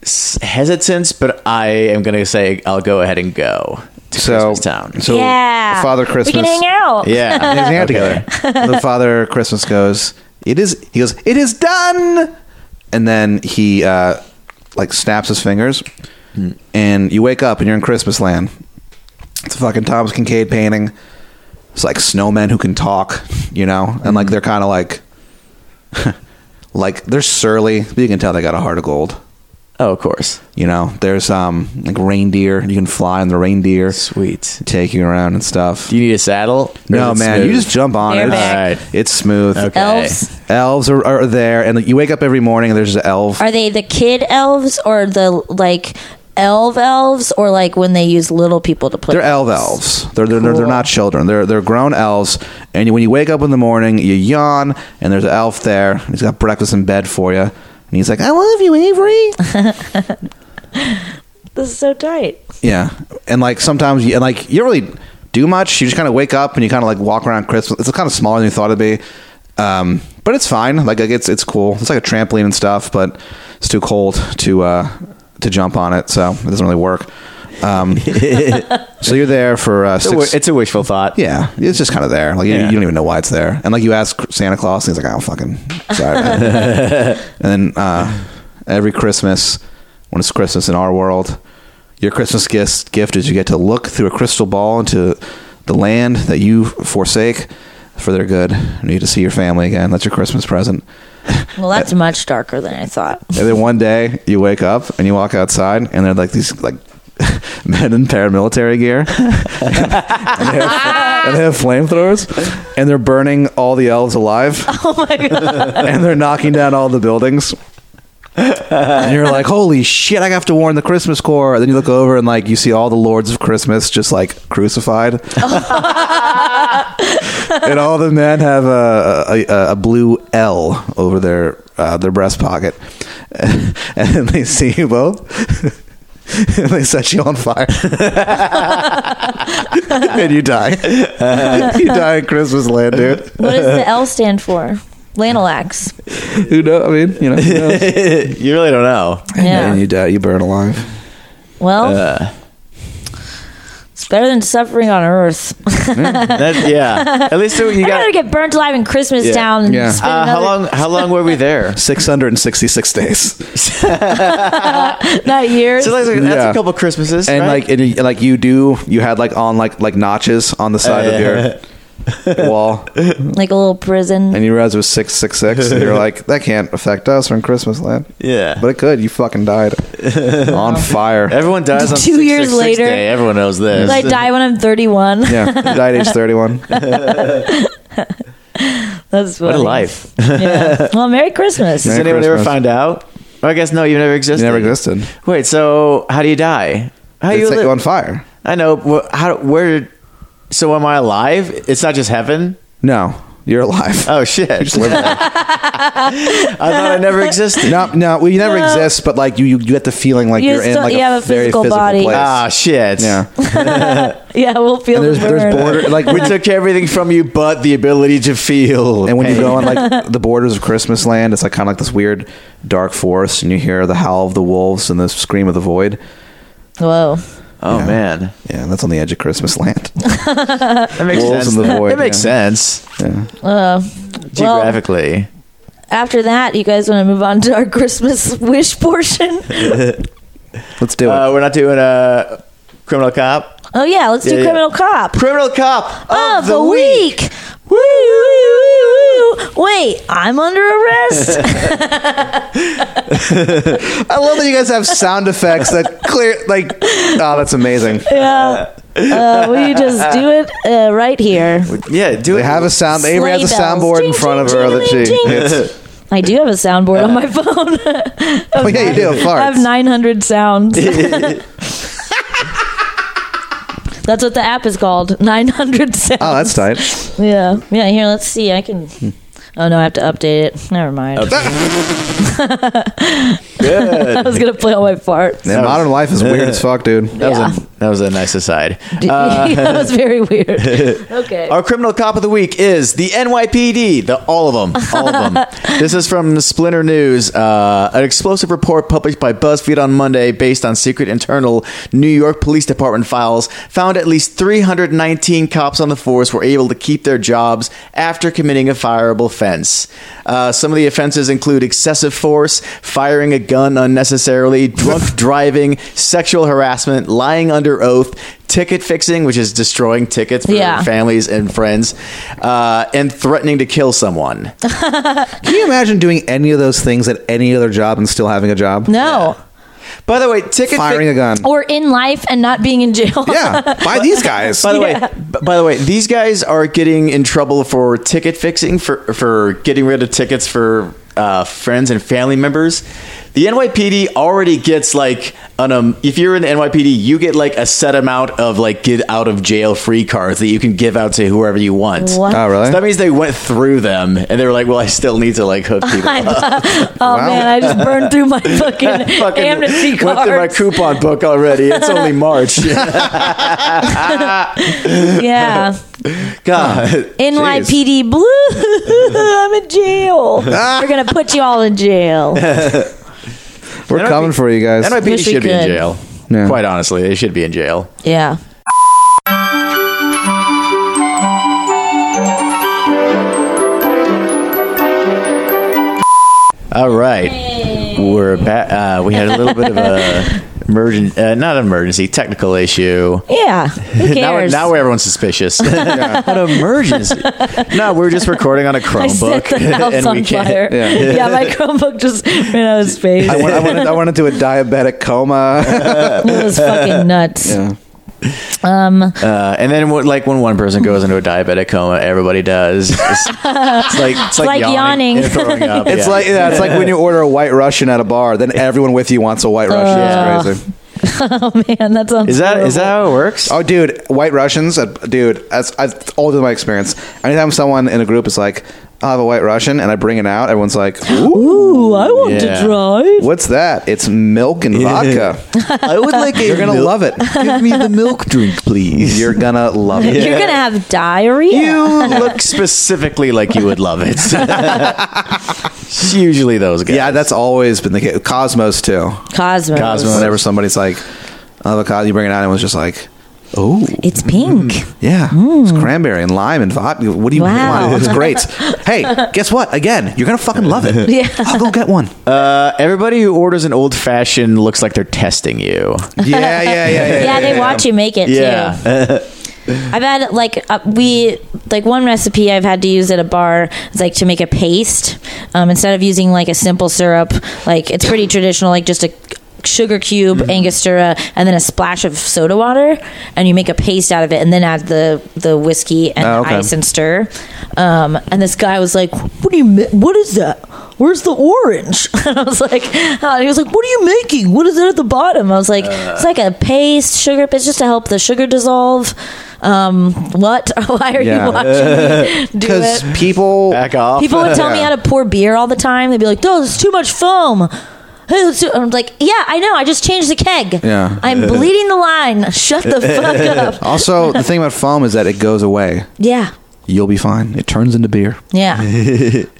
Speaker 3: s- hesitant, but I am going to say I'll go ahead and go to
Speaker 5: So,
Speaker 3: Christmastown.
Speaker 5: so
Speaker 4: yeah.
Speaker 5: Father Christmas.
Speaker 4: We can hang out.
Speaker 5: They
Speaker 3: Yeah.
Speaker 5: have to hang out together. the Father Christmas goes. It is. He goes. It is done. And then he uh, like snaps his fingers, and you wake up and you're in Christmas land. It's a fucking Thomas Kincaid painting. It's like snowmen who can talk, you know, and like they're kind of like, like they're surly. But you can tell they got a heart of gold.
Speaker 3: oh, of course.
Speaker 5: You know, there's um like reindeer. You can fly on the reindeer,
Speaker 3: Sweet.
Speaker 5: take you around and stuff.
Speaker 3: Do you need a saddle? Or
Speaker 5: No,
Speaker 3: is it
Speaker 5: man,
Speaker 3: smooth?
Speaker 5: you just jump on it.
Speaker 4: Bareback.
Speaker 5: It's,
Speaker 3: Alright.
Speaker 5: it's smooth.
Speaker 3: Okay.
Speaker 4: Elves.
Speaker 5: Elves are, are there, and you wake up every morning and there's an elf.
Speaker 4: Are they the kid elves or the like elf elves or like when they use little people to play?
Speaker 5: They're elf elves. They're they're, they're they're not children. They're they're grown elves. And when you wake up in the morning, you yawn, and there's an elf there. He's got breakfast in bed for you, and he's like, "I love you, Avery."
Speaker 4: This is so tight.
Speaker 5: yeah, and like sometimes you and like you don't really do much. You just kind of wake up and you kind of like walk around Christmas. It's kind of smaller than you thought it'd be, um, but it's fine. Like, like it's it's cool. It's like a trampoline and stuff, but it's too cold to uh, to jump on it, so it doesn't really work. Um, so you're there for uh,
Speaker 3: It's a,
Speaker 5: six.
Speaker 3: wi- it's a wishful thought.
Speaker 5: Yeah, it's just kind of there. Like you-
Speaker 3: Yeah.
Speaker 5: you, don't even know why it's there. And like you ask Santa Claus, and he's like, "I don't fucking sorry." man." and then uh, every Christmas, when it's Christmas in our world, your Christmas gift gift is you get to look through a crystal ball into the land that you forsake for their good, and you get to see your family again. That's your Christmas present.
Speaker 4: Well, that's much darker than I thought.
Speaker 5: And then one day you wake up and you walk outside, and they're like these like men in paramilitary gear, and, they have, and they have flamethrowers, and they're burning all the elves alive,
Speaker 4: Oh my god.
Speaker 5: and they're knocking down all the buildings. And you're like, holy shit! I have to warn the Christmas Corps. And then you look over and like you see all the Lords of Christmas just like crucified, and all the men have a a, a, a blue L over their uh, their breast pocket, and then they see you both. and they set you on fire, and you die. you die in Christmas land, dude.
Speaker 4: What does the L stand for? Lanolax.
Speaker 5: Who knows? I mean, you know, who knows?
Speaker 3: you really don't know.
Speaker 4: Yeah.
Speaker 5: and you die. You burn alive.
Speaker 4: Well,
Speaker 3: Uh,
Speaker 4: it's better than suffering on Earth.
Speaker 3: that, yeah. At least you
Speaker 4: I'd rather
Speaker 3: got.
Speaker 4: get burnt alive in Christmas
Speaker 3: Yeah.
Speaker 4: Town. And
Speaker 5: Yeah.
Speaker 4: spend
Speaker 3: Uh, how
Speaker 4: another-
Speaker 3: long? How long were we there?
Speaker 5: 666 days.
Speaker 4: Not years.
Speaker 3: So that's, like, that's
Speaker 5: Yeah.
Speaker 3: a couple Christmases,
Speaker 5: And
Speaker 3: right?
Speaker 5: like and you- like you do you had like on like like notches on the side of your wall
Speaker 4: like a little prison.
Speaker 5: and you realize it was 666 and you're like that can't affect us we're in Christmas land.
Speaker 3: yeah.
Speaker 5: But it could. You fucking died on fire.
Speaker 3: Everyone dies on
Speaker 4: Two years
Speaker 3: 666
Speaker 4: later.
Speaker 3: Day. Everyone knows this.
Speaker 4: I die when I'm 31.
Speaker 5: Yeah, you died age 31.
Speaker 4: That's
Speaker 3: what a
Speaker 4: funny.
Speaker 3: life.
Speaker 4: Yeah. Well, Merry Christmas.
Speaker 5: Merry
Speaker 3: Does anyone ever
Speaker 5: Christmas.
Speaker 3: find out? Well, I guess no, you never
Speaker 5: You
Speaker 3: existed.
Speaker 5: never existed.
Speaker 3: Wait, so how do you die? How
Speaker 5: They
Speaker 3: you?
Speaker 5: set
Speaker 3: li-
Speaker 5: you on fire.
Speaker 3: I know. wh- How? Where? So am I alive? It's not just heaven.
Speaker 5: No, you're alive.
Speaker 3: Oh shit! I
Speaker 5: Just live there.
Speaker 3: thought I never existed.
Speaker 5: no, no, well, you never exist, but like you, you, you get the feeling like
Speaker 4: You're
Speaker 5: you're, in
Speaker 4: still-
Speaker 5: like
Speaker 4: you
Speaker 5: a,
Speaker 4: have a
Speaker 5: very
Speaker 4: physical
Speaker 5: physical,
Speaker 4: body.
Speaker 5: place.
Speaker 3: Ah shit!
Speaker 5: yeah,
Speaker 4: Yeah, we'll feel
Speaker 5: and there's
Speaker 4: the
Speaker 5: there's
Speaker 4: burn.
Speaker 5: border like
Speaker 3: We took everything from you, but the ability to feel.
Speaker 5: And when you
Speaker 3: pain.
Speaker 5: go on like the borders of Christmas land, it's like kind of like this weird dark forest, and you hear the howl of the wolves and the scream of the void.
Speaker 4: Whoa.
Speaker 3: oh man,
Speaker 5: Yeah, that's on the edge of Christmas land.
Speaker 3: that makes
Speaker 5: Wolves
Speaker 3: sense.
Speaker 5: in the void,
Speaker 3: That makes
Speaker 5: yeah.
Speaker 3: sense
Speaker 5: Yeah.
Speaker 3: geographically.
Speaker 4: After that, you guys want to move on to our Christmas wish portion?
Speaker 5: Let's do it.
Speaker 3: uh, we're not doing a criminal cop.
Speaker 4: Oh yeah, let's do
Speaker 3: Yeah, yeah.
Speaker 4: Criminal Cop
Speaker 3: Criminal cop of,
Speaker 4: of the week. Woo, woo, woo, woo, woo. Wait, I'm under arrest.
Speaker 5: I love that you guys have sound effects that clear. Like, oh, that's amazing.
Speaker 4: yeah. Uh, we just do it uh, right here.
Speaker 3: Yeah, do
Speaker 5: They
Speaker 3: it.
Speaker 5: have a sound. Avery has a
Speaker 4: Sleigh bells.
Speaker 5: soundboard in
Speaker 4: Ching,
Speaker 5: front of
Speaker 4: ching,
Speaker 5: her that she.
Speaker 4: ching, ching.
Speaker 5: It's,
Speaker 4: I do have a soundboard on my phone.
Speaker 5: oh yeah, you do.
Speaker 4: I have
Speaker 5: Farts.
Speaker 4: 900 sounds. That's what the app is called. 900 sounds.
Speaker 5: Oh, that's tight.
Speaker 4: Yeah. Yeah, here, let's see. I can. Oh, no, I have to update it. Never mind. I was going to play all my farts.
Speaker 5: Man, modern life is weird as fuck, dude.
Speaker 3: That was,
Speaker 4: Yeah.
Speaker 3: a, that was a nice aside.
Speaker 4: that was very weird. Okay.
Speaker 3: Our criminal cop of the week is the NYPD. The all of them, all of them. this is from Splinter News, uh, an explosive report published by BuzzFeed on Monday, based on secret internal New York Police Department files, found at least 319 cops on the force were able to keep their jobs after committing a fireable offense. Uh, some of the offenses include excessive force, firing a gun unnecessarily, drunk driving, sexual harassment, lying under oath. Ticket fixing, which is destroying tickets for
Speaker 4: Yeah.
Speaker 3: families and friends, uh, and threatening to kill someone.
Speaker 5: Can you imagine doing any of those things at any other job and still having a job?
Speaker 4: no. Oh.
Speaker 3: By the way, ticket
Speaker 5: Firing a gun.
Speaker 4: Or in life and not being in jail.
Speaker 5: Yeah, by these guys.
Speaker 3: By the way, b- by the way, these guys are getting in trouble for ticket fixing for for getting rid of tickets for uh, friends and family members. The NYPD already gets like an um, if you're in the NYPD, you get like a set amount of like get out of jail free cards that you can give out to whoever you want.
Speaker 4: What?
Speaker 5: Oh, really?
Speaker 3: So that means they went through them and they were like, "Well, I still need to like hook people." up.
Speaker 4: Oh
Speaker 5: Wow.
Speaker 4: man, I just burned through my fucking,
Speaker 3: Fucking
Speaker 4: amnesty
Speaker 3: went through my
Speaker 4: cards.
Speaker 3: coupon book already. It's only March.
Speaker 4: yeah,
Speaker 3: God.
Speaker 4: NYPD blue. I'm in jail.
Speaker 3: Ah.
Speaker 4: We're gonna put you all in jail.
Speaker 5: We're
Speaker 3: NYPD
Speaker 5: coming for you guys.
Speaker 3: NYPD
Speaker 4: Wish we
Speaker 3: should be in
Speaker 4: could.
Speaker 3: jail.
Speaker 5: Yeah.
Speaker 3: Quite honestly, they should be in jail.
Speaker 4: Yeah.
Speaker 3: All right, we're back. Uh, we had a little bit of a emergency, uh, not emergency, technical issue.
Speaker 4: Yeah. Who
Speaker 3: Now, we're-
Speaker 4: cares?
Speaker 3: now everyone's suspicious. An emergency? No, we're just recording on a
Speaker 4: I set
Speaker 3: Chromebook,
Speaker 4: the house on fire.
Speaker 5: Yeah.
Speaker 4: Yeah. my Chromebook just ran out of space.
Speaker 5: I went, I, went, I went into a diabetic coma.
Speaker 4: it was fucking nuts. Um,
Speaker 3: Uh, and then, what, like when one person goes into a diabetic coma, everybody does. It's, it's like it's,
Speaker 4: like yawning.
Speaker 3: and throwing up.
Speaker 5: It's
Speaker 3: yeah.
Speaker 5: like yeah, it's like when you order a white Russian at a bar, then everyone with you wants a white Russian.
Speaker 3: Uh.
Speaker 5: It's crazy.
Speaker 4: man, that sounds.
Speaker 3: is that is that
Speaker 4: horrible.
Speaker 3: how it works?
Speaker 5: Oh, dude, white Russians, uh, dude. That's I've, all through my experience. Anytime someone in a group is like, "I'll have a white Russian," and I bring it out, everyone's like, "Ooh,
Speaker 4: Ooh, I want
Speaker 3: Yeah.
Speaker 4: to drive.
Speaker 5: what's that? It's milk and vodka.
Speaker 3: I would like a
Speaker 5: You're gonna love it.
Speaker 3: Give me the milk drink, please.
Speaker 5: You're gonna love it."
Speaker 4: You're gonna have diarrhea.
Speaker 3: You look specifically like you would love it. it's usually those guys.
Speaker 5: Yeah, that's always been the case. Cosmos too.
Speaker 4: Cosmos.
Speaker 3: Cosmos.
Speaker 5: Whenever somebody's like, "I'll have a Cosmos," you bring it out, and it was just like, "Oh."
Speaker 4: It's pink.
Speaker 5: Yeah, it's cranberry and lime and vodka. What do you
Speaker 4: Wow.
Speaker 5: want? It's great. hey, guess what? Again, you're gonna fucking love it.
Speaker 4: Yeah.
Speaker 5: I'll go get one.
Speaker 3: Uh, everybody who orders an old fashioned looks like they're testing you.
Speaker 5: yeah, yeah, yeah, yeah.
Speaker 4: yeah, they watch you make it too.
Speaker 3: Yeah. Uh,
Speaker 4: I've had like uh, we like one recipe I've had to use at a bar is like to make a paste um, instead of using like a simple syrup. Like it's pretty traditional, like just a sugar cube, Angostura, and then a splash of soda water, and you make a paste out of it, and then add the the whiskey and
Speaker 5: Oh, okay.
Speaker 4: ice and stir. Um, and this guy was like, "What do you? Ma- what is that?" Where's the orange? And I was like, oh, and he was like, what are you making?
Speaker 5: Uh.
Speaker 4: What is that at the bottom? I was like, it's like a paste, sugar. It's just to help the sugar dissolve. um, what? Why are
Speaker 5: Yeah.
Speaker 4: you watching me do
Speaker 5: Because
Speaker 4: it?
Speaker 5: people
Speaker 3: Back off.
Speaker 4: People would tell me
Speaker 5: Yeah.
Speaker 4: how to pour beer all the time. They'd be like, "Oh, there's too much foam." Hey, let's do-" I'm like, "Yeah, I know. I just changed the keg.
Speaker 5: Yeah.
Speaker 4: I'm bleeding the line. Shut the fuck up."
Speaker 5: Also, the thing about foam is that it goes away.
Speaker 4: Yeah,
Speaker 5: You'll be fine. It turns into beer.
Speaker 4: yeah.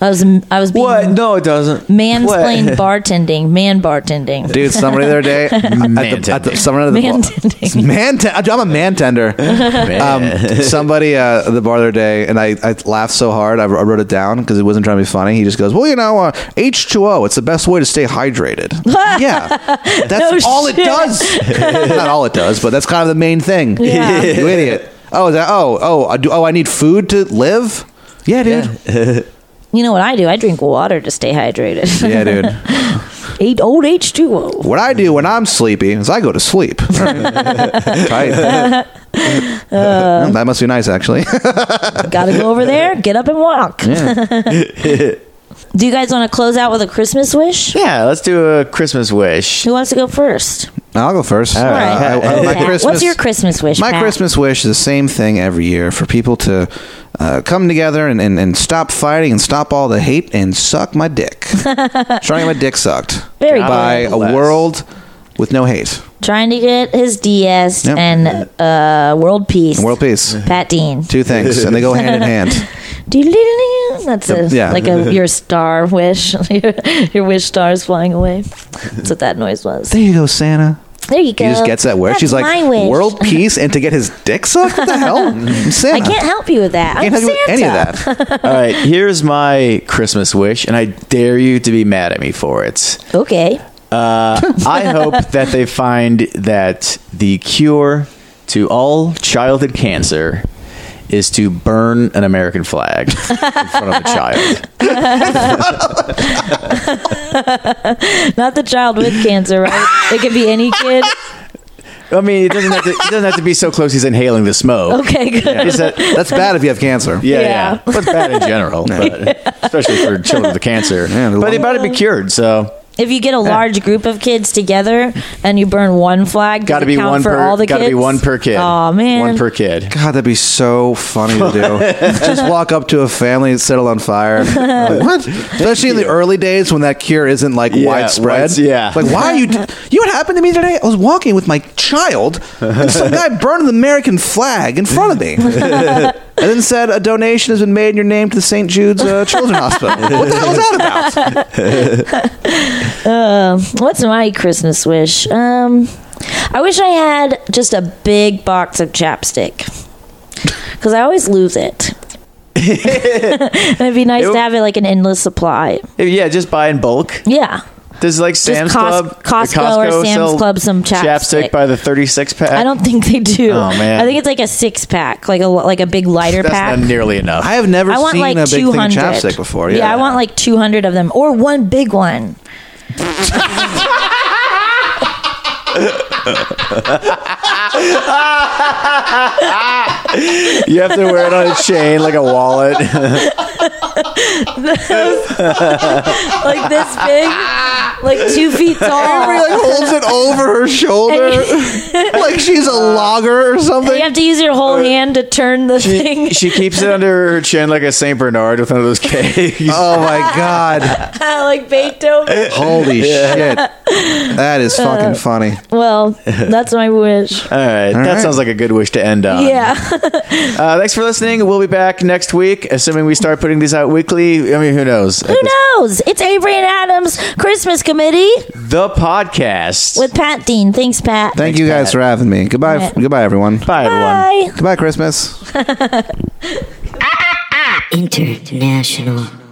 Speaker 4: I was I was being
Speaker 3: what? No, it doesn't.
Speaker 4: mansplained bartending, man bartending.
Speaker 5: Dude, somebody the other day at the, at the,
Speaker 3: Mantending.
Speaker 5: someone at the bar-
Speaker 4: Mantending.
Speaker 5: Man, te- I'm a man tender. Um, somebody uh, at the bar the other day, and I, I laughed so hard I wr- I wrote it down because it wasn't trying to be funny. He just goes, "Well, you know, uh, H2O. It's the best way to stay hydrated." yeah, that's
Speaker 4: No
Speaker 5: all it
Speaker 4: shit.
Speaker 5: does. Not all it does, but that's kind of the main thing.
Speaker 4: Yeah.
Speaker 5: you idiot. Oh, that. Oh, oh, I do, oh. I need food to live. Yeah, dude.
Speaker 4: You know what I do? I drink water to stay hydrated.
Speaker 5: yeah dude.
Speaker 4: Eight old H two O.
Speaker 5: What I do when I'm sleepy is I go to sleep. Right.
Speaker 4: Uh.
Speaker 5: Mm, that must be nice, actually.
Speaker 4: Got to go over there, get up and walk. do you guys want to close out with a Christmas wish?
Speaker 3: Yeah, let's do a Christmas wish.
Speaker 4: Who wants to go first?
Speaker 5: I'll go first.
Speaker 3: All
Speaker 4: All right.
Speaker 5: Uh, I- I- my
Speaker 4: Pat,
Speaker 5: Christmas-
Speaker 4: What's your Christmas wish?
Speaker 5: My
Speaker 4: Pat?
Speaker 5: Christmas wish is the same thing every year for people to uh, come together and, and, and stop fighting and stop all the hate and suck my dick. Trying to get my dick sucked
Speaker 4: Very
Speaker 5: by
Speaker 3: good.
Speaker 5: a world with no hate.
Speaker 4: Trying to get his DS
Speaker 5: Yep.
Speaker 4: and uh, world peace.
Speaker 5: World peace.
Speaker 4: Pat Dean.
Speaker 5: Two things, and they go hand in hand.
Speaker 4: Doodle-doodle-doo. That's a,
Speaker 5: Yeah.
Speaker 4: like a your star wish. your, your wish star is flying away. That's what that noise was.
Speaker 5: There you go, Santa.
Speaker 4: There you go.
Speaker 5: He just gets that wish.
Speaker 4: That's
Speaker 5: She's like,
Speaker 4: my wish.
Speaker 5: world peace, and to get his dick sucked? What the hell? I'm
Speaker 4: I
Speaker 5: Santa.
Speaker 4: can't help you with that.
Speaker 5: I
Speaker 4: I'm
Speaker 5: can't help you with
Speaker 4: Santa.
Speaker 5: any of that.
Speaker 3: All right, here's my Christmas wish, and I dare you to be mad at me for it.
Speaker 4: Okay.
Speaker 3: I hope that they find that the cure to all childhood cancer is to burn an American flag in front of a child.
Speaker 4: Not the child with cancer, right? It could be any kid.
Speaker 3: I mean, it doesn't have to, it doesn't have to be so close he's inhaling the smoke.
Speaker 4: Okay, good.
Speaker 3: Is that-
Speaker 5: That's bad if you have cancer.
Speaker 3: yeah,
Speaker 4: Yeah.
Speaker 3: yeah. But it's bad in general, but especially for children with cancer.
Speaker 5: Yeah, they're
Speaker 3: but they
Speaker 5: long-
Speaker 3: better be cured, so
Speaker 4: If you get a large group of kids together and you burn one flag, does
Speaker 3: got to
Speaker 4: it
Speaker 3: be
Speaker 4: count
Speaker 3: one
Speaker 4: for
Speaker 3: per.
Speaker 4: all the
Speaker 3: got to be
Speaker 4: kids?
Speaker 3: one per kid.
Speaker 4: Aw, man.
Speaker 3: one per kid.
Speaker 5: God, that'd be so funny to do. Just walk up to a family and settle on fire. Like, what? Especially in the early days when that cure isn't like
Speaker 3: Yeah,
Speaker 5: widespread.
Speaker 3: wide- yeah.
Speaker 5: Like, why are you? You know what happened to me today? I was walking with my child, and some guy burned the American flag in front of me, and then said a donation has been made in your name to the St. Jude's uh, Children's Hospital. What the hell is that about?
Speaker 4: What's my Christmas wish? Um, I wish I had just a big box of chapstick because I always lose it. It'd be nice
Speaker 3: Ew.
Speaker 4: to have it like an endless supply.
Speaker 3: Yeah, just buy in bulk.
Speaker 4: Yeah.
Speaker 3: Does like Sam's
Speaker 4: Cos-
Speaker 3: Club,
Speaker 4: Costco or Sam's
Speaker 3: sell
Speaker 4: Club some chapstick?
Speaker 3: by the thirty-six pack?
Speaker 4: I don't think they do.
Speaker 3: Oh, man.
Speaker 4: I think it's like a six pack, like a like a big lighter
Speaker 3: That's
Speaker 4: pack.
Speaker 3: not nearly enough.
Speaker 5: I have never
Speaker 4: I want
Speaker 5: seen
Speaker 4: like
Speaker 5: a big
Speaker 4: two
Speaker 5: thing of
Speaker 4: hundred.
Speaker 5: chapstick before.
Speaker 4: yeah, I want like two hundred of them, or one big one.
Speaker 3: you have to wear it on a chain like a wallet.
Speaker 4: like this big, like two feet
Speaker 5: Amber
Speaker 4: tall.
Speaker 5: like holds it over her shoulder, like she's a logger or something.
Speaker 4: You have to use your whole hand to turn the thing.
Speaker 3: she keeps it under her chin like a Saint Bernard with one of those cakes.
Speaker 5: Oh my god!
Speaker 4: like Beethoven.
Speaker 5: Holy shit! That is
Speaker 4: Uh,
Speaker 5: fucking funny.
Speaker 4: Well, that's my wish.
Speaker 3: All right, that
Speaker 5: right.
Speaker 3: sounds like a good wish to end
Speaker 5: Oh,
Speaker 3: on.
Speaker 4: Yeah.
Speaker 3: Uh, thanks for listening. We'll be back next week, assuming we start putting these out weekly. I mean, who knows?
Speaker 4: Who knows? It's Avery and Adams Christmas Committee
Speaker 3: The podcast.
Speaker 4: with Pat Dean. Thanks, Pat.
Speaker 5: Thank you guys for having me. Goodbye.
Speaker 4: Right.
Speaker 5: Goodbye, everyone.
Speaker 3: Bye, everyone.
Speaker 4: Bye.
Speaker 5: Goodbye, Christmas.
Speaker 6: International.